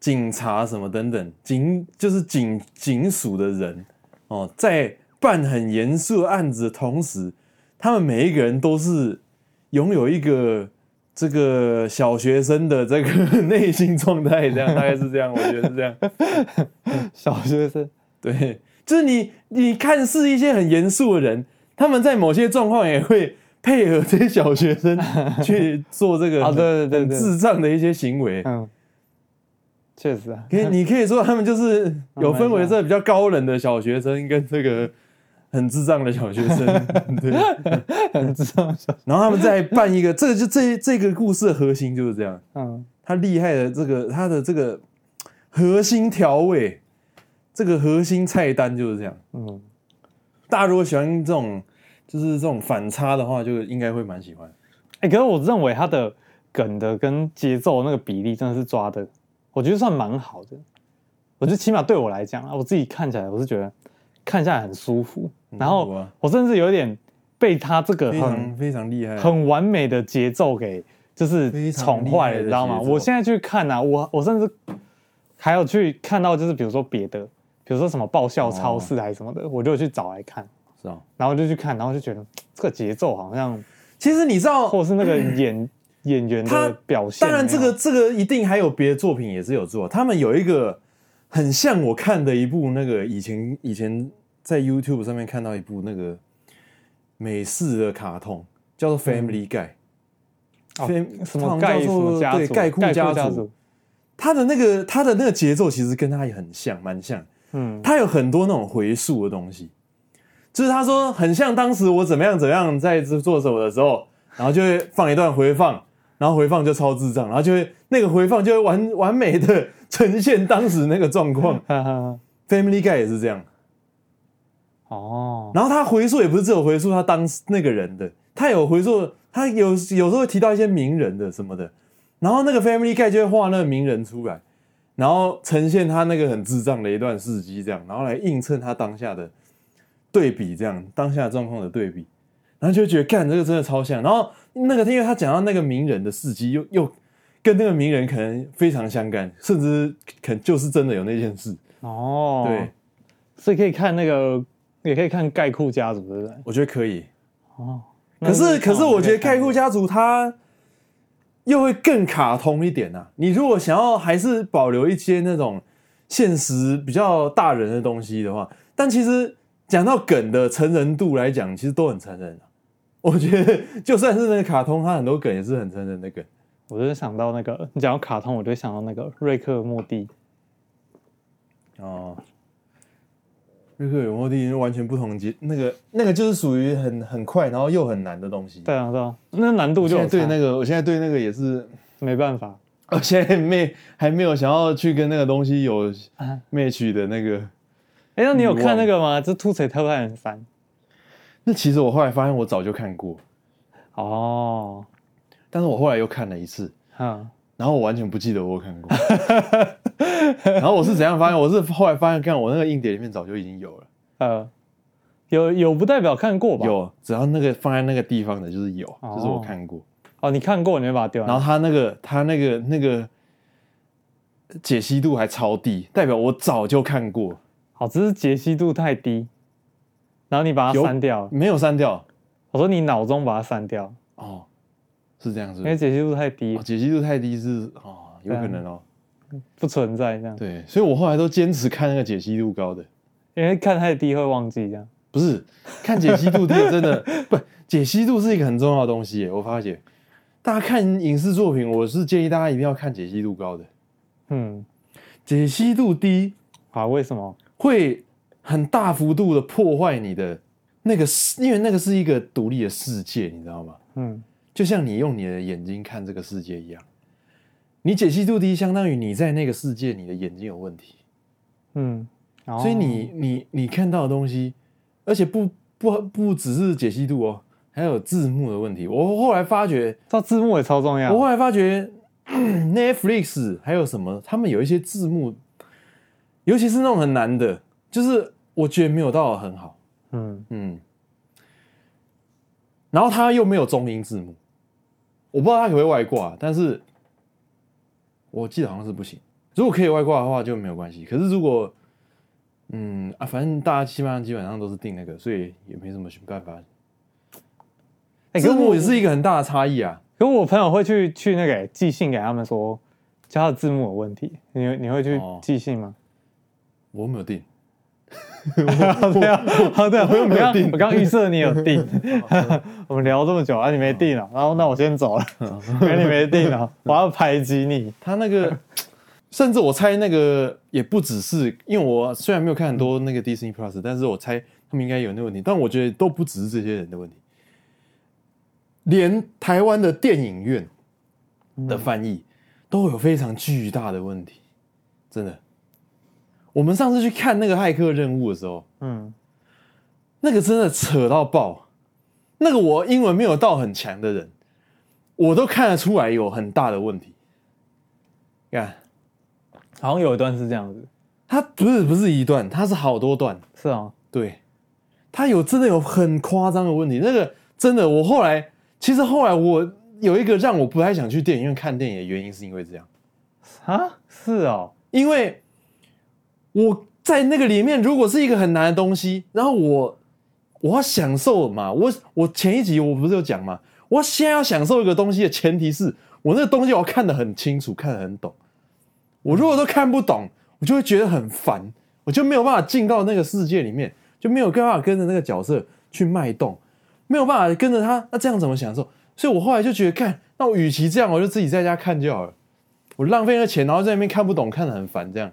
警察什么等等警，就是警警署的人哦，在办很严肃的案子的同时，他们每一个人都是拥有一个。这个小学生的这个 内心状态，这样大概是这样，我觉得是这样。
小学生
对，就是你你看似一些很严肃的人，他们在某些状况也会配合这些小学生 去做这个
啊，对对对
很
对，
智障的一些行为。
嗯，确实啊，
可以，你可以说他们就是有分为这比较高冷的小学生跟这个很智障的小学生，对，
很知道小，
然后他们再办一个，这个就这这个故事的核心就是这样。
嗯，
他厉害的这个他的这个核心调味，这个核心菜单就是这样。
嗯，
大家如果喜欢这种就是这种反差的话，就应该会蛮喜欢。
哎、可是我认为他的梗的跟节奏那个比例真的是抓的，我觉得算蛮好的。我觉得起码对我来讲啊，我自己看起来我是觉得看下来很舒服，然
嗯
后
哇
我甚至有点被他这个
非
很
常非常厉害，
很完美的节奏给就是
非常
宠坏了，
厉害的
你知道吗？
节奏
我现在去看啊，我我甚至还有去看到就是比如说别的，比如说什么爆
哦
笑超市还是什么的，我就有去找来看，
是吧？
然后就去看，然后就觉得这个节奏好像，
其实你知道，
或是那个演演员
哦嗯他
的表现
当
没有，
然这个这个一定还有别的作品也是有做，他们有一个很像我看的一部那个以前以前在 YouTube 上面看到一部那个美式的卡通，叫做 Family Guy，、
哦
Fam-
什
好
么
像
盖
叫
什么
做
家
对
族，
盖库家
家
族，他的那个他的那个节奏其实跟他也很像，蛮像。
嗯，
他有很多那种回溯的东西，就是他说很像当时我怎么样怎么样在做什么的时候，然后就会放一段回放，然后回放就超智障，然后就会那个回放就会完完美的呈现当时那个状况。
哈哈，
Family Guy 也是这样，
哦，
然后他回溯也不是只有回溯他当时那个人的，他有回溯，他有有时候会提到一些名人的什么的，然后那个 Family Guy 就会画那个名人出来，然后呈现他那个很智障的一段事迹，这样，然后来映衬他当下的对比，这样当下状况的对比，然后就会觉得干这个真的超像，然后那个因为他讲到那个名人的事迹，又又跟那个名人可能非常相干，甚至可能就是真的有那件事，
哦，
对，
所以可以看那个，也可以看盖库家族，对不对？
我觉得可以。
哦，
可是，可是我觉得《盖库
家
家族》它又会更卡通一点呐、啊。你如果想要还是保留一些那种现实比较大人的东西的话，但其实讲到梗的成人度来讲，其实都很成人、啊、 我觉得就算是那个卡通，它很多梗也是很成人的梗。
我就想到那个，你讲到卡通，我就想到那个瑞克莫
嗯
蒂，
哦，瑞克与莫蒂是完全不同阶，那个那个就是属于很很快，然后又很难的东西。
对啊，对啊，那难度
我
就
现
有
在对
差
那个，我现在对那个也是
没办法，
我现在没还没有想要去跟那个东西有
啊
match 的那个。
哎，那你有
欲望
看那个吗？就《兔仔特派员三》
那其实我后来发现我早就看过，
哦，
但是我后来又看了一次，
哈，
然后我完全不记得我有看过。 然后我是怎样发现？我是后来发现，看我那个硬碟里面早就已经有了，
呃，有有不代表看过吧？
有只要那个放在那个地方的，就是有，就是我看过。
哦，你看过，你会把它丢。
然后，他那个他那个那个解析度还超低，代表我早就看过，
好，只是解析度太低，然后你把它
有
删掉了。
没有删掉。
我说你脑中把它删掉，
哦，是这样子
因，为解析度太低
哦，解析度太低是哦，有可能哦。
不存在这样。
对，所以我后来都坚持看那个解析度高的，
因为看太低会忘记这样。
不是看解析度低的真的 不，解析度是一个很重要的东西耶。我发觉大家看影视作品，我是建议大家一定要看解析度高的，
嗯，
解析度低
啊，为什么？
会很大幅度的破坏你的那个世，因为那个是一个独立的世界，你知道吗？
嗯，
就像你用你的眼睛看这个世界一样，你解析度低，相当于你在那个世界你的眼睛有问题。
嗯，哦
所以你你你看到的东西，而且不不不只是解析度哦，还有字幕的问题。我后来发觉，
到字幕也超重要
我。后来发觉 Netflix 还有什么，他们有一些字幕，尤其是那种很难的，就是我觉得没有到很好，
嗯，
嗯，然后它又没有中英字幕，我不知道它可不可以外挂，但是我记得好像是不行。如果可以外挂的话就没有关系，可是如果嗯啊，反正大家基本上基本上都是订那个，所以也没什么办法。
哎、
字
可
幕
我
也
是，
是一个很大的差异啊。
可我朋友会去去那个、哎寄信给他们说，叫他的字幕有问题，你你会去
哦
寄信吗？
我没有订，
对啊， 好的，我
没有
刚
订
我刚预设你有 定， 我们聊这么久啊，你没定啊，然后那我先走了，
嗯
哎，你没定啊，我要排挤你，
他那个，甚至我猜那个也不只是，因为我虽然没有看很多那个 Disney Plus，但是我猜他们应该有那个问题，但我觉得都不只是这些人的问题，连台湾的电影院的翻译都有非常巨大的问题，真的。我们上次去看那个骇客任务的时候，
嗯，
那个真的扯到爆，那个我英文没有到很强的人，我都看得出来有很大的问题。看，
好像有一段是这样子，
它不是不是一段，它是好多段，
是啊，
对，它有真的有很夸张的问题。那个真的，我后来其实后来我有一个让我不太想去电影院看电影的原因，是因为这样，
啊，是哦，
因为我在那个里面如果是一个很难的东西，然后我我要享受嘛，我我前一集我不是有讲嘛，我现在要享受一个东西的前提是我那个东西我要看得很清楚，看得很懂。我如果都看不懂，我就会觉得很烦，我就没有办法进到那个世界里面，就没有办法跟着那个角色去脉动，没有办法跟着他，那这样怎么享受？所以我后来就觉得，看，那我与其这样，我就自己在家看就好了，我浪费了钱，然后在那边看不懂，看得很烦，这样，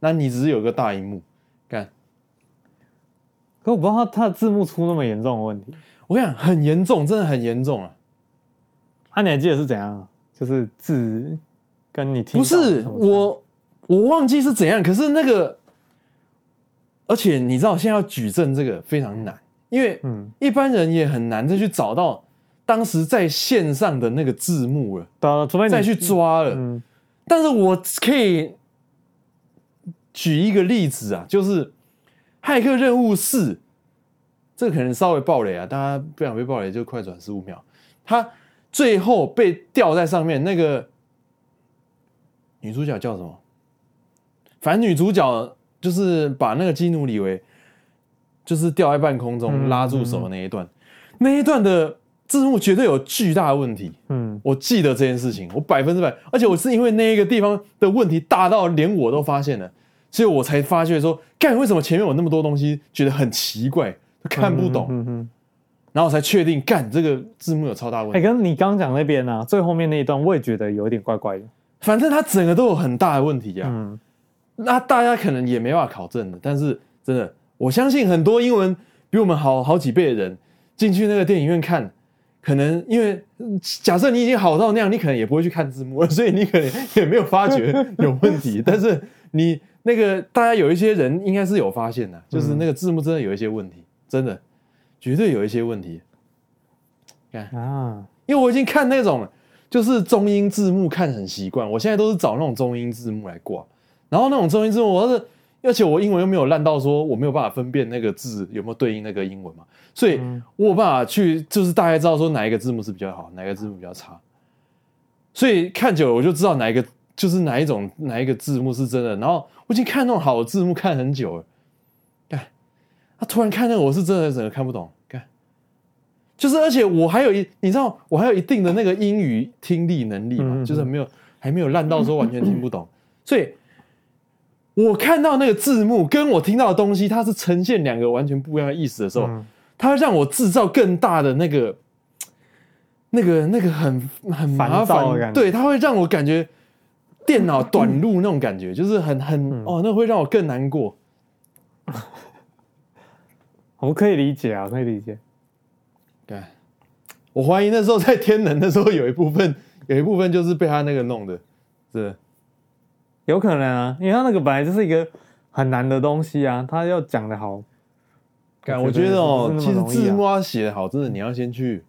那你只是有个大荧幕，看，
可我不知道他他的字幕出那么严重的问题，
我跟你讲，很严重，真的很严重啊！
啊，你还记得是怎样啊？就是字跟你听
不
到什么
是
差
我，我忘记是怎样。可是那个，而且你知道，现在要举证这个非常难，因为
嗯
一般人也很难再去找到当时在线上的那个字幕了，
对啊，除非你
再去抓了。
嗯
但是我可以举一个例子啊，就是《骇客任务四》，这个可能稍微爆雷啊，大家不想被爆雷就快转十五秒。他最后被吊在上面，那个女主角叫什么？反正女主角就是把那个基努里维就是吊在半空中
嗯
拉住手的那一段，那一段的字幕绝对有巨大的问题。
嗯，
我记得这件事情，我百分之百，而且我是因为那一个地方的问题大到连我都发现了，所以我才发觉说，干为什么前面有那么多东西觉得很奇怪，都看不懂，
嗯嗯。
然后我才确定，干这个字幕有超大问
哎，
题。
跟你刚讲那边啊，最后面那一段我也觉得有点怪怪的，
反正它整个都有很大的问题啊，
嗯，
那大家可能也没办法考证的，但是真的，我相信很多英文比我们好好几倍的人进去那个电影院看。可能因为嗯假设你已经好到那样，你可能也不会去看字幕了，所以你可能也没有发觉有问题。但是你那个大家有一些人应该是有发现的，就是那个字幕真的有一些问题，真的绝对有一些问题。
啊，
因为我已经看那种就是中英字幕看很习惯，我现在都是找那种中英字幕来挂，然后那种中英字幕我要是。而且我英文又没有烂到说我没有办法分辨那个字有没有对应那个英文嘛，所以
嗯
我有办法去就是大概知道说哪一个字幕是比较好，哪一个字幕比较差。所以看久了我就知道哪一个就是哪一种哪一个字幕是真的。然后我已经看那种好的字幕看很久了，干，他、突然看那个我是真的整个看不懂，干，就是而且我还有一你知道我还有一定的那个英语听力能力嘛，
嗯嗯嗯
就是没有还没有烂到说完全听不懂，所以。我看到那个字幕跟我听到的东西，它是呈现两个完全不一样的意思的时候，
嗯
它会让我制造更大的那个、那个、那个很很
烦
麻
躁的
烦，
感觉
对，它会让我感觉电脑短路那种 感觉，就是很很、
嗯
哦，那会让我更难过。
我可以理解啊，可以理解。
对，我怀疑那时候在天能的时候，有一部分有一部分就是被他那个弄的，是的
有可能啊，因为他那个本来就是一个很难的东西啊，他要讲的好，
干，
我
我
觉得
觉得哦，
不是
其
那么
实
容易啊
字幕要写的好，真的你要先去。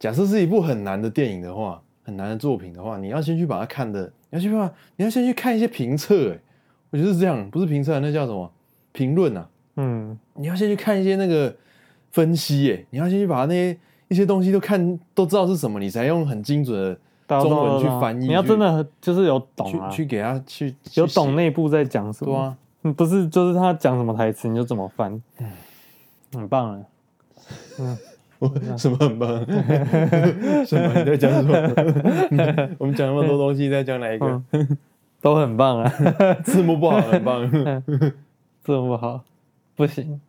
假设是一部很难的电影的话，很难的作品的话，你要先去把它看的，你要去把，你要先去看一些评测、欸，我觉得是这样，不是评测，那叫什么评论啊？
嗯，
你要先去看一些那个分析、欸，你要先去把那些一些东西都看，都知道是什么，你才用很精准
大
的
家都
中文去翻译。
你要
去
真的很就是有懂啊，
去去给他去
有
去
懂
写
内部在讲什么。
对啊，
你不是就是他讲什么台词你就怎么翻，很棒啊了。
我 什么很棒？什么 你在 讲什么？你我们讲那么多东西，在讲哪一个
嗯？都很棒啊，
字幕不好，很 棒。
这么好，不行，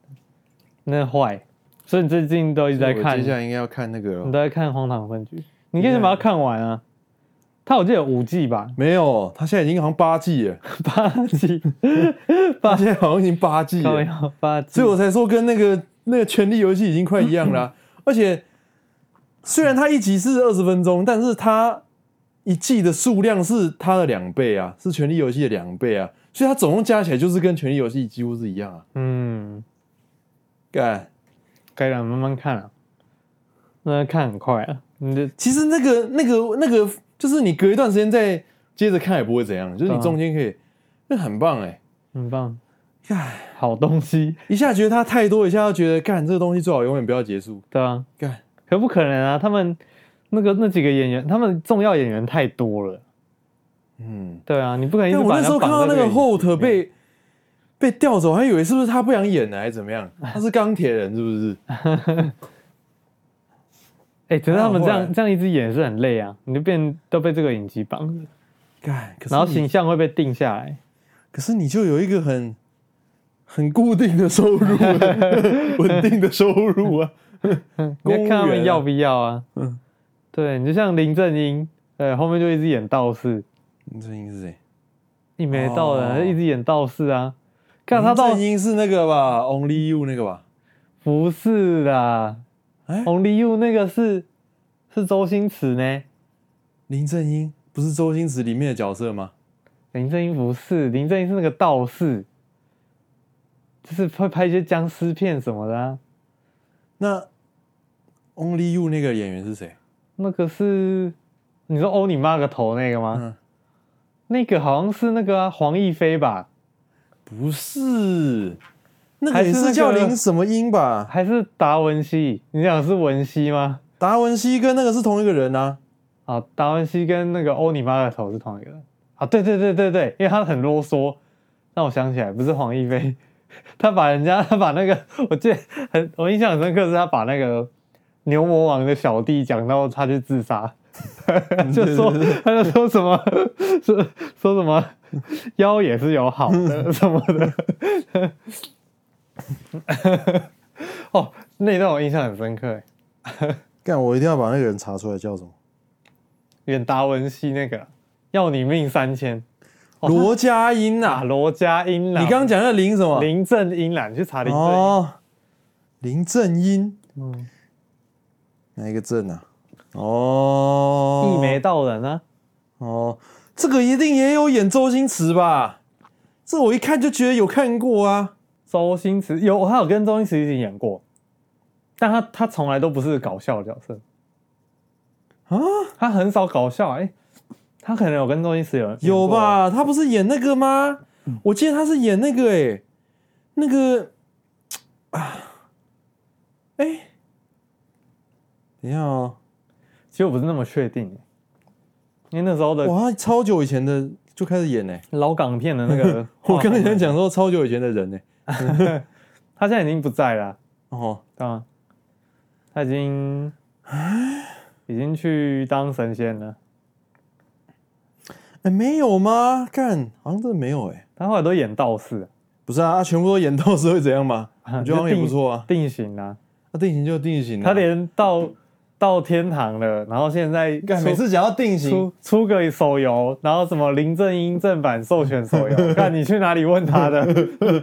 那坏。所以你最近都一直在
我
看，
接下
你
来应该要看那个
都
了。
在看《荒唐分局》，你可以先把它看完啊。它我记得有五季吧，
没有，他现在已经好像八季了，
八季，
他现在好像已经 八季
高
了，
要八季，
所以我才说跟那个那个《权力游戏》已经快一样啦、啊而且虽然它一集是二十分钟，但是它一季的数量是它的两倍啊，是《权力游戏》的两倍啊，所以它总共加起来就是跟《权力游戏》几乎是一样啊。
嗯，
干，
该了，慢慢看啊。那看很快啊，你的
其实那个那个那个，就是你隔一段时间再接着看也不会怎样，就是你中间可以，那很棒哎、
很棒，
干。
好东西，
一下觉得它太多，一下又觉得干这个东西最好永远不要结束。
对啊，
干，
可不可能啊？他们那个那几个演员，他们重要演员太多了。
嗯，
对啊，你不可能一
但
直
我
把
那
人
时
家
候看到
绑在
那
这个
个后特被被调走，还以为是不是他不想演了，还是怎么 样？他是钢铁人是不是？
哎、可是他们这
啊后来
样这样一直演是很累啊，你就变都被这个影集绑了，
干，可
然后
是
形
你
象会被定下来。
可是你就有一个很很固定的收入， 稳定的收入啊。
你要看他
公务员
们
啊
要不要啊？
嗯
嗯，对你就像林正英，对，后面就一直演道士，
林正英是谁？
一没到人、
哦
一直演道士啊。看他到
林正英是那个吧，Only You 那个吧？
不是啦、
哎
o n l y You 那个是是周星驰呢，
林正英不是周星驰里面的角色吗？
林正英不是，林正英是那个道士，就是会拍一些僵尸片什么的、啊。
那 Only You 那个演员是谁？
那个是你说欧你妈个头那个吗？
嗯
那个好像是那个、啊、黄亦菲吧，
不是，那个
还
也
是那
是
个
叫林什么英吧？
还是达文西？你讲的是文西吗？
达文西跟那个是同一个人啊。
啊，达文西跟那个欧你妈个头是同一个人啊？对对对对对，因为他很啰嗦，让我想起来，不是黄亦菲，他把人家他把那个，我记得很我印象很深刻是他把那个牛魔王的小弟讲到他去自杀。 就说他就说什么说说什么腰也是有好的什么的， 哦，那段我印象很深刻，欸
干，我一定要把那个人查出来叫什么？
演达文西那个要你命三千哦
罗家英
啊，
啊！
罗家英啦，
你刚刚讲那个林什么？
林正英啊啦，你去查林正英，
哦，林正英，
嗯，
哪一个正啊？哦，
一眉道人啊，
哦，这个一定也有演周星驰吧？这我一看就觉得有看过啊。
周星驰有他有跟周星驰一起演过，但他他从来都不是搞笑的角色
啊，
他很少搞笑，哎、他可能有跟周星驰有
有？
演过啊
吧？他不是演那个吗？我记得他是演那个、欸，那个啊，哎、等一下哦，
其实我不是那么确定，因为那时候的
哇，他超久以前的就开始演呢、，
老港片的那个
我刚刚想
讲，
讲说超久以前的人呢、
他现在已经不在了，
哦，
对吗？他已经
啊
已经去当神仙了，
哎、没有吗？干，好像真的没有哎、
他后来都演道士，
不是啊，他全部都演到时候会怎样嘛？我觉得好像也不错啊。
定型啊，
那、定型就定型、啊，
他连到到天堂了，然后现在
干
出
每次讲到定型，
出出个手游，然后什么林正英正版授权手 游，看你去哪里问他的？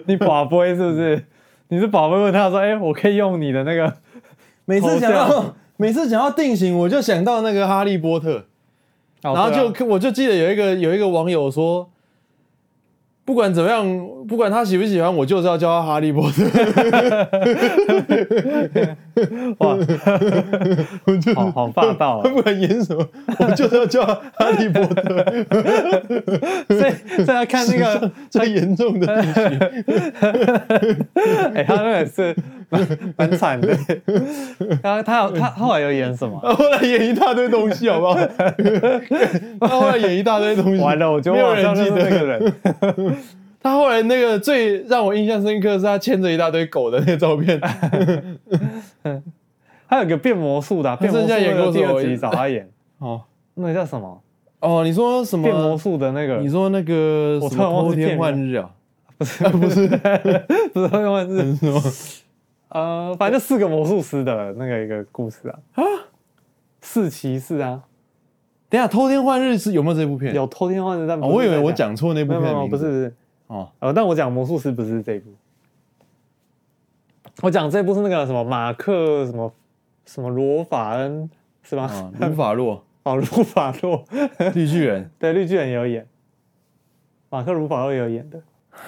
你宝贝是不是？你是宝贝问他说，哎、我可以用你的那
哦
个
每次讲
头
到
像
每次讲到定型，我就想到那个哈利波特。
然哦
啊
啊
然后就、我就记得有一个有一个网友说，不管怎么样，不管他喜不喜欢，我就是要叫他哈利波特。
哇， 好好霸道啊
他！不管 演什么，我就是要叫他哈利波特。
这这要看那 个，
最严重的地区，
哎、他那个是蛮蛮惨的。然后他有他后来有演什 么？
他后来演一大堆东西， 好不好？他后来演一大堆东西，
完了，我就
没有
忘了
人
就
记
是那
得
个。人。
他后来那个最让我印象深刻是他牵着一大堆狗的那个 照片，
他有个变魔术的啊、变魔术
剩下演
那
过
个第
什么
二集找他演，
哦
那个叫什么？
哦，你说什么？
变魔术的那个，
你说那个
我
什
突然
么
忘
偷
记片
天
名
换日啊？
不是不是不是他用的是
什么？
呃，反正就四个魔术师的那个一个故事啊啊，四骑士啊，
等一下偷天换日是有没有这部片？
有偷天换日，但不
哦，
是
我以为
在
我讲错那部
没有没
片的
有
名
不
字
是不是
哦，
呃，但我讲魔术师不是这一部，我讲这部是那个什么马克什么什么罗法恩是吗？
啊，卢法洛
哦，卢法洛，
绿巨人
对，绿巨人也有演，马克·卢法洛也有演的。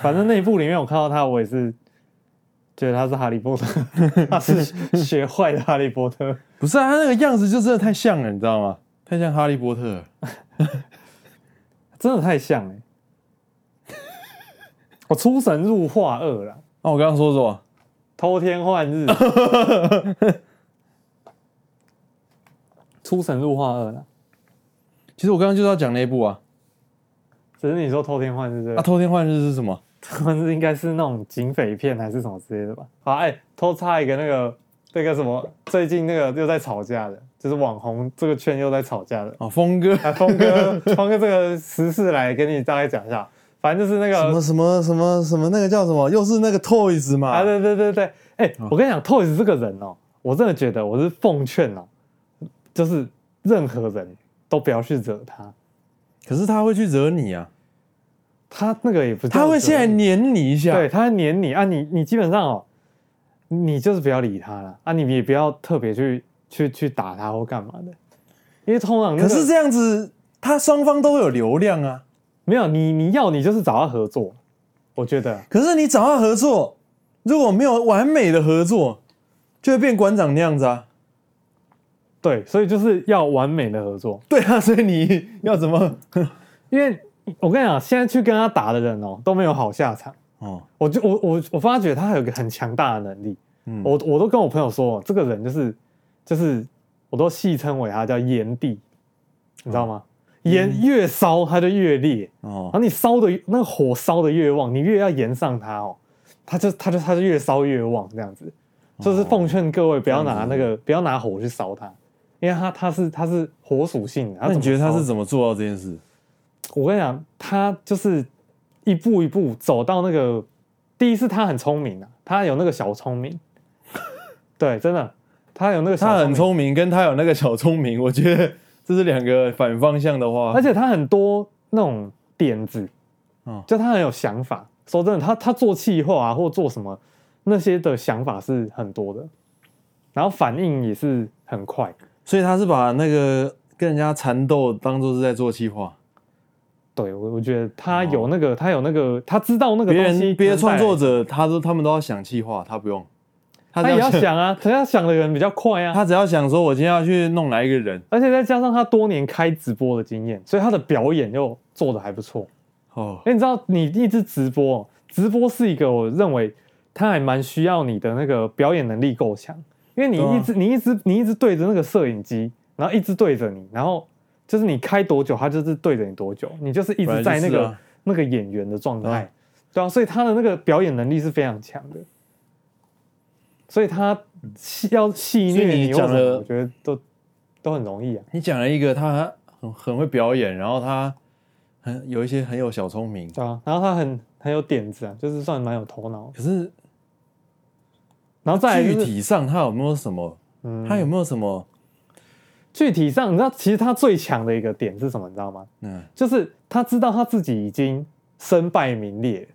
反正那一部里面我看到他，我也是觉得他是哈利波特， 他是学坏的哈利波特。
不是啊，他那个样子就真的太像了，你知道吗？太像哈利波特了。
真的太像哎、我出神入化二了，
那我刚刚说什么？
偷天换日， 出神入化二了。
其实我刚刚就是要讲那一部啊。
只是你说偷天换日这
啊，
个，
偷天换日是什么？
偷天换日应该是那种警匪片还是什么之类的吧？好，哎、偷插一个那个那个什么，最近那个又在吵架的，就是网红这个圈又在吵架的。
啊，峰哥。
啊，峰 哥，峰哥这个时事来给你大概讲一下，反正就是那
什
个
么什么什么什么那个叫什么？又是那个 Toys 嘛？
啊，对对对对，哎、
哦
我跟你讲，Toys 这个人哦，我真的觉得我是奉劝哦，就是任何人都不要去惹他，
可是他会去惹你啊，
他那个也不叫
他会
惹
先来
你
黏你一下。
对，他会黏你啊，你你基本上哦，你就是不要理他了啊，你也不要特别去去去打他或干嘛的，因为通常、那
可
个、
是这样子，他双方都会有流量啊。
没有你你要你就是找他合作，我觉得
可是你找他合作，如果没有完美的合作，就会变馆长那样子啊。
对，所以就是要完美的合作。
对啊，所以你要怎么？
因为我跟你讲，现在去跟他打的人哦，都没有好下场。
哦，
我就我我我发觉他有一个很强大的能力，
嗯
我我都跟我朋友说，哦这个人就是就是我都戏称为他叫炎帝，你知道吗？
嗯
炎越烧他就越烈，然后
哦，
你烧的那个火烧的越旺，你越要延上它哦，它就它就它就越烧越旺这样子。
哦
就是奉劝各位不要拿那个不要拿火去烧它，因为它它是它是火属性的。它
那你觉得
怎么
他
烧
是怎么做到这件事？
我跟你讲，他就是一步一步走到那个。第一是他很聪明啊，他有那个小聪 明，对，真的，他有那个小
他很
明，
聪明，跟他有那个小聪明，我觉得这是两个反方向的话。
而且他很多那种点子，
嗯
就他很有想法。说真的，他他做企划啊，或做什么那些的想法是很多的，然后反应也是很快。
所以他是把那个跟人家缠斗当做是在做计划，
对我，我觉得他有那个，他有那个，他知道那个
哦别
东西
人别的创作
者
者他都他们都要想计划，他不用，他
他
只
也要
要想，
想啊，他要想的人比较快啊。
他只要想说我今天要去弄来一个人
而且再加上他多年开直播的经验，所以他的表演又做的还不错。
哦
哎、你知道你一直直播，哦直播是一个我认为他还蛮需要你的那个表演能力够强，因为你
啊
一直、你一直你一直对着那个摄影机，然后一直对着你，然后就是你开多久，他就是对着你多久，你就是一
本来
直在
就是
那个、
啊
那个演员的状态，
嗯
对啊，所以他的那个表演能力是非常强的，所以他戏要戏
所以
虐
你
你或什
讲
么
了
我觉得都都很容易啊。
你讲了一个他很很会表演，然后他很有一些很有小聪明，
对啊，然后他很很有点子啊，就是算蛮有头脑的。
可是
然后再来、
具
就是、
体上他有没有什么？
嗯
他有没有什么？
具体上，你知道其实他最强的一个点是什么？你知道吗？
嗯，
就是他知道他自己已经身败名裂了，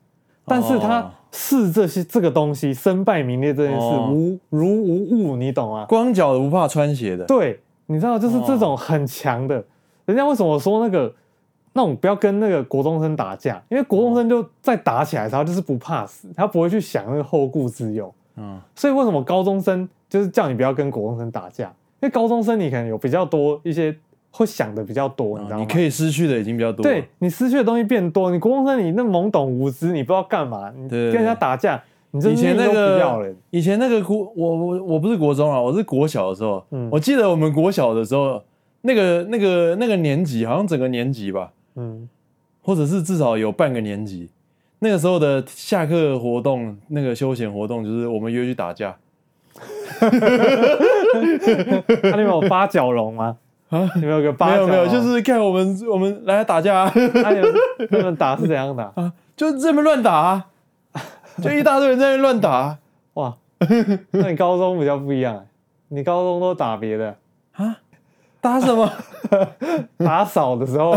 但是他
哦
视这些这个东西身败名裂这件事、
哦
无如无物，你懂吗？
光脚的不怕穿鞋的，
对，你知道，就是这种很强的。人家为什么说那个那种不要跟那个国中生打架，因为国中生就再打起来的时候，他就是不怕死，他不会去想那个后顾之忧。
嗯，
所以为什么高中生就是叫你不要跟国中生打架？因为高中生你可能有比较多一些会想的比较多，你知道吗？
哦你可以失去的已经比较多了。
对你失去的东西变多，你国中生你那懵懂无知，你不知道干嘛，你
对
跟人家打架，你这
以前那
不
个
要人。
以前那个国，我我我不是国中啊，我是国小的时候，
嗯
我记得我们国小的时候，那个那个那个年级，好像整个年级吧，
嗯，
或者是至少有半个年级，那个时候的下课活动，那个休闲活动就是我们约去打架
那、啊你们有八角笼吗？
啊，
你们有个八
没
角哦
有
笼？
没有，就是看我们我们来打架、啊，
那你们那你们打是怎样打？
就这边乱打、啊，就一大堆人在那边乱打啊
哇，那你高中比较不一样、欸，你高中都打别的，
啊，打什 么？
打扫的 时候，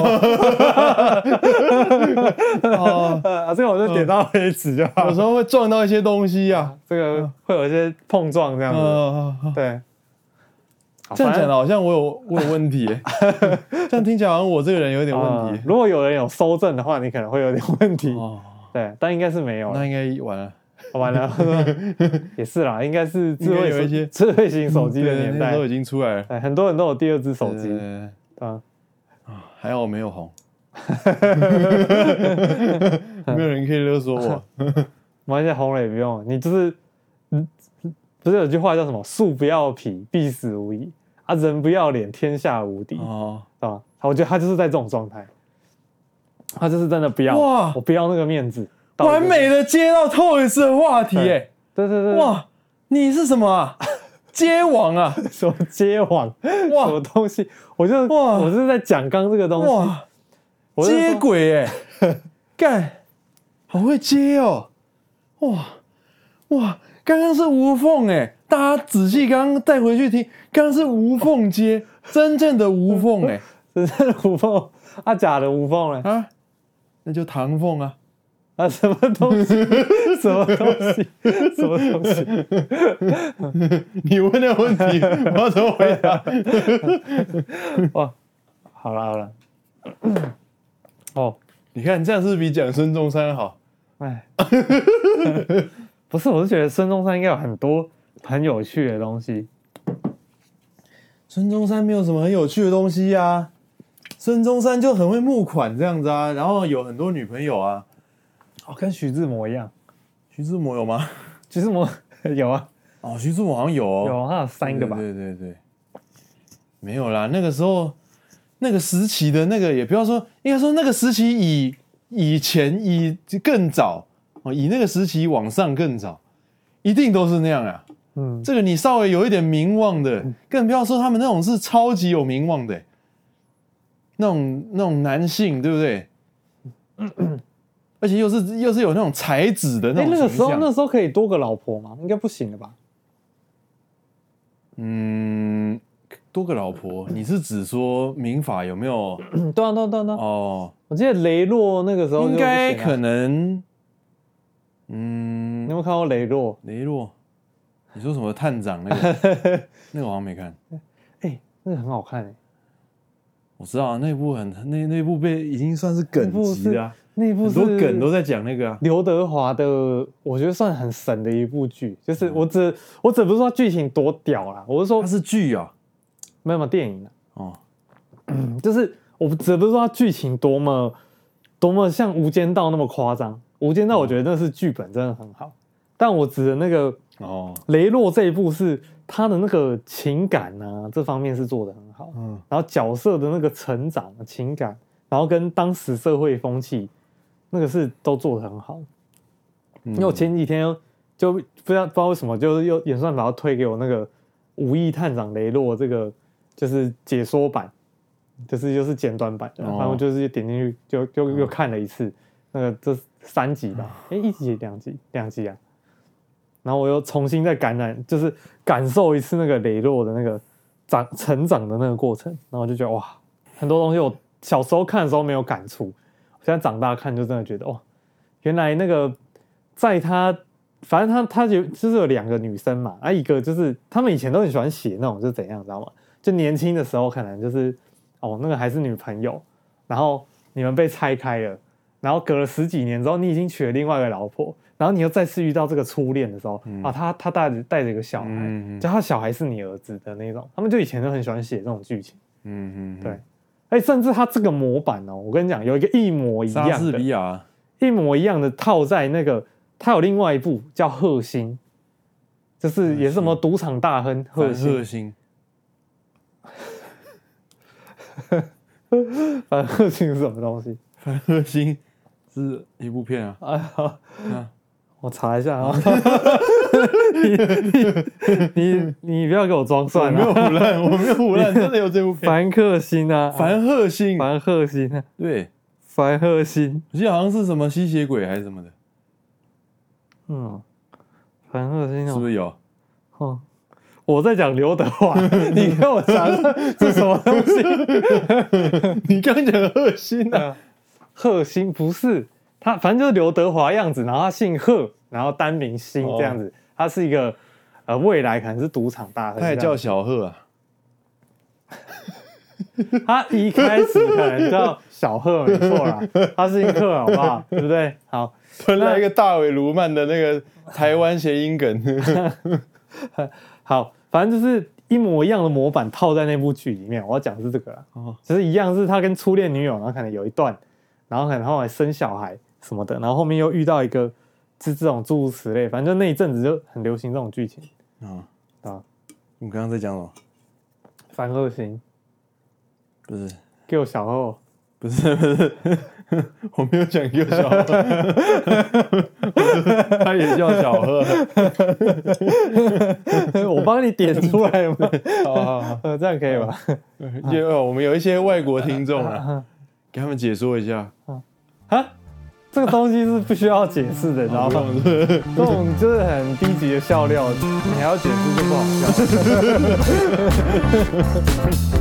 哦，
啊，这个我就点到为止就好
有。时候会撞到一些东西啊，
这个会有一些碰撞这样
嗯、
子，
呃。
对。好
这样
啊反
讲
正
的好像我有我 有问题耶，这样听起来好像我这个人有点问
呃
题。
如果有人有搜证的话，你可能会有点问题。
哦，
对，但应该是没有啦。
那应该完了。
完了， 也是啦，应该是智
应该
慧
有一些
手
嗯
智慧型手机的
对
年
那
代
时候，已经出来了。
对，很多人都有第二只手
对
机，
对
啊，
对还好我没 有红，没有人可以勒索 我。
玩一下红了也不用，你就是，嗯，不是有句话叫什么“树不要皮，必死无疑”啊，人不要脸，天下无敌，
哦，
是吧？我觉得他就是在这种状态，他就是真的不要，
哇
我不要那个面子，到底
完美的接到 Toys 的话题耶！
对， 对对对，哇，
哇，你是什 么啊？街网啊！
什么接网，什么
哇
东西，我就
哇
我是在讲刚这个东西，
哇，
我是
接
说
轨耶！ 干，好会接哦！哇哇，刚刚是无缝哎，大家仔细刚刚带回去听，刚刚是无缝接，真正的无缝哎
真正的无缝， 啊假的无缝嘞。
啊，那就唐凤啊，
啊，什么东西？ 什么东西？什么东西？
你问的问 题我要怎么回答？
哇，好了好了，哦，
你看这样是不是比讲孙中山好，
哎， 不是，我是觉得孙中山应该有很多很有趣的东西。
孙中山没有什么很有趣的东西啊。孙中山就很会募款这样子啊，然后有很多女朋友啊。
哦，跟徐志摩一样，
徐志摩有吗？
徐志摩 有啊，
哦，徐志摩好像有、哦，
有啊，他有三个吧？
对对对对，没有啦，那个时候那个时期的那个也不要说，应该说那个时期以以前以更早哦，以那个时期往上更早，一定都是那样啊。
嗯，
这个你稍微有一点名望的，更不要说他们那种是超级有名望的、那种那种男性，对不对？而且又是又是有那种才子的那
哎，
种
那个时候
形象
那时候可以多个老婆吗？应该不行了吧？
嗯，多个老婆，你是指说民法有没有？
嗯，对啊对啊对啊对啊，
哦，
我记得雷洛那个时候就
应
不行啊
该可，能，
你有
嗯
没，有看过雷洛？
雷洛，你说什么探长那个？ 那个我好像没看，
哎，那个很好看哎，
我知道啊那部很那那部被已经算是梗级的、啊，
那部
很
是
多梗都在讲那个啊。
刘德华的，我觉得算很神的一部剧，就是我只我只不是说剧情多屌啦，我是说
它嗯是剧啊，
没有没有电影啦，
哦，
就是我只不是说它剧情多么多么像《无间道》那么夸张，《无间道》
嗯
我觉得那是剧本真的很好，但我指的那个
哦，
雷洛这一部是他的那个情感啊这方面是做的很好，
嗯，
然后角色的那个成长、情感，然后跟当时社会风气那个是都做的很好。
因
因为我前几天就不知道不知道为什么，就是又演算法要推给我那个《无意探长雷洛》这个就是解说版，就是就是简短版的，
哦
然后就是点进去就就又看了一次，那个这三集吧，哎、一集两集两集啊，然后我又重新再感染，就是感受一次那个雷洛的那个长成长的那个过程，然后我就觉得哇，很多东西我小时候看的时候没有感触，我现在长大看就真的觉得哇，原来那个在他，反正他他就就是有两个女生嘛，啊，一个就是他们以前都很喜欢写那种就是怎样，知道吗？就年轻的时候可能就是哦那个还是女朋友，然后你们被拆开了，然后隔了十几年之后，你已经娶了另外一个老婆，然后你又再次遇到这个初恋的时候，啊，他他带着带着一个小孩，
嗯嗯嗯
就他小孩是你儿子的那种，他们就以前都很喜欢写这种剧情，
嗯嗯，
对，哎、甚至他这个模板哦，我跟你讲，有一个一模一
莎
样
士比
的，
亚，
一模一样的套在那个，他有另外一部叫《贺星》，就是也是什么赌场大亨贺
反
星，
赫星，
反正贺星是什么东西？
反赫星是一部片啊，
哎呀，
嗯
我查一下啊。 你你你不要 给我装蒜
没有
啊！
胡乱，我没有胡 乱，真的有这部片，
凡克星啊，凡
凡赫星，
凡赫星啊，
对，
凡赫星，
我记得好像是什么吸血鬼还是什么的，
嗯，凡赫星
是不
哦
是有？
哦。我在讲刘德 华，你跟我讲这什么东西？
你刚讲赫 星啊，
贺星不是他，反正就是刘德华样子，然后他姓贺，然后单名星这样子，他是一个呃未来可能是赌场大亨这样
他也
子，
叫小贺啊，
他一开始可能叫小贺没错啦，他是一贺好不好？对不对？好，
吞了一个大尾卢曼的那个台湾谐音梗，
好，反正就是一模一样的模板套在那部剧里面。我要讲的是这个啦，
哦
其实一样是他跟初恋女友，然后可能有一段，然后可能后来生小孩什么的，然后后面又遇到一个这这种诸如此类，反正就那一阵子就很流行这种剧情
啊
啊。
我们刚刚在讲什么？
反恶行，
不是，
给我小贺，
不是，不是，我没有讲幼小 贺，他也叫小贺。
我帮你点出来 嘛，
好好好，
呃这样可以吧？
因为哦我们有一些外国听众啊，给他们解说一下。
啊，这个东西是不需要解释的，你知道吗？这种就是很低级的笑料，你还要解释就不好笑。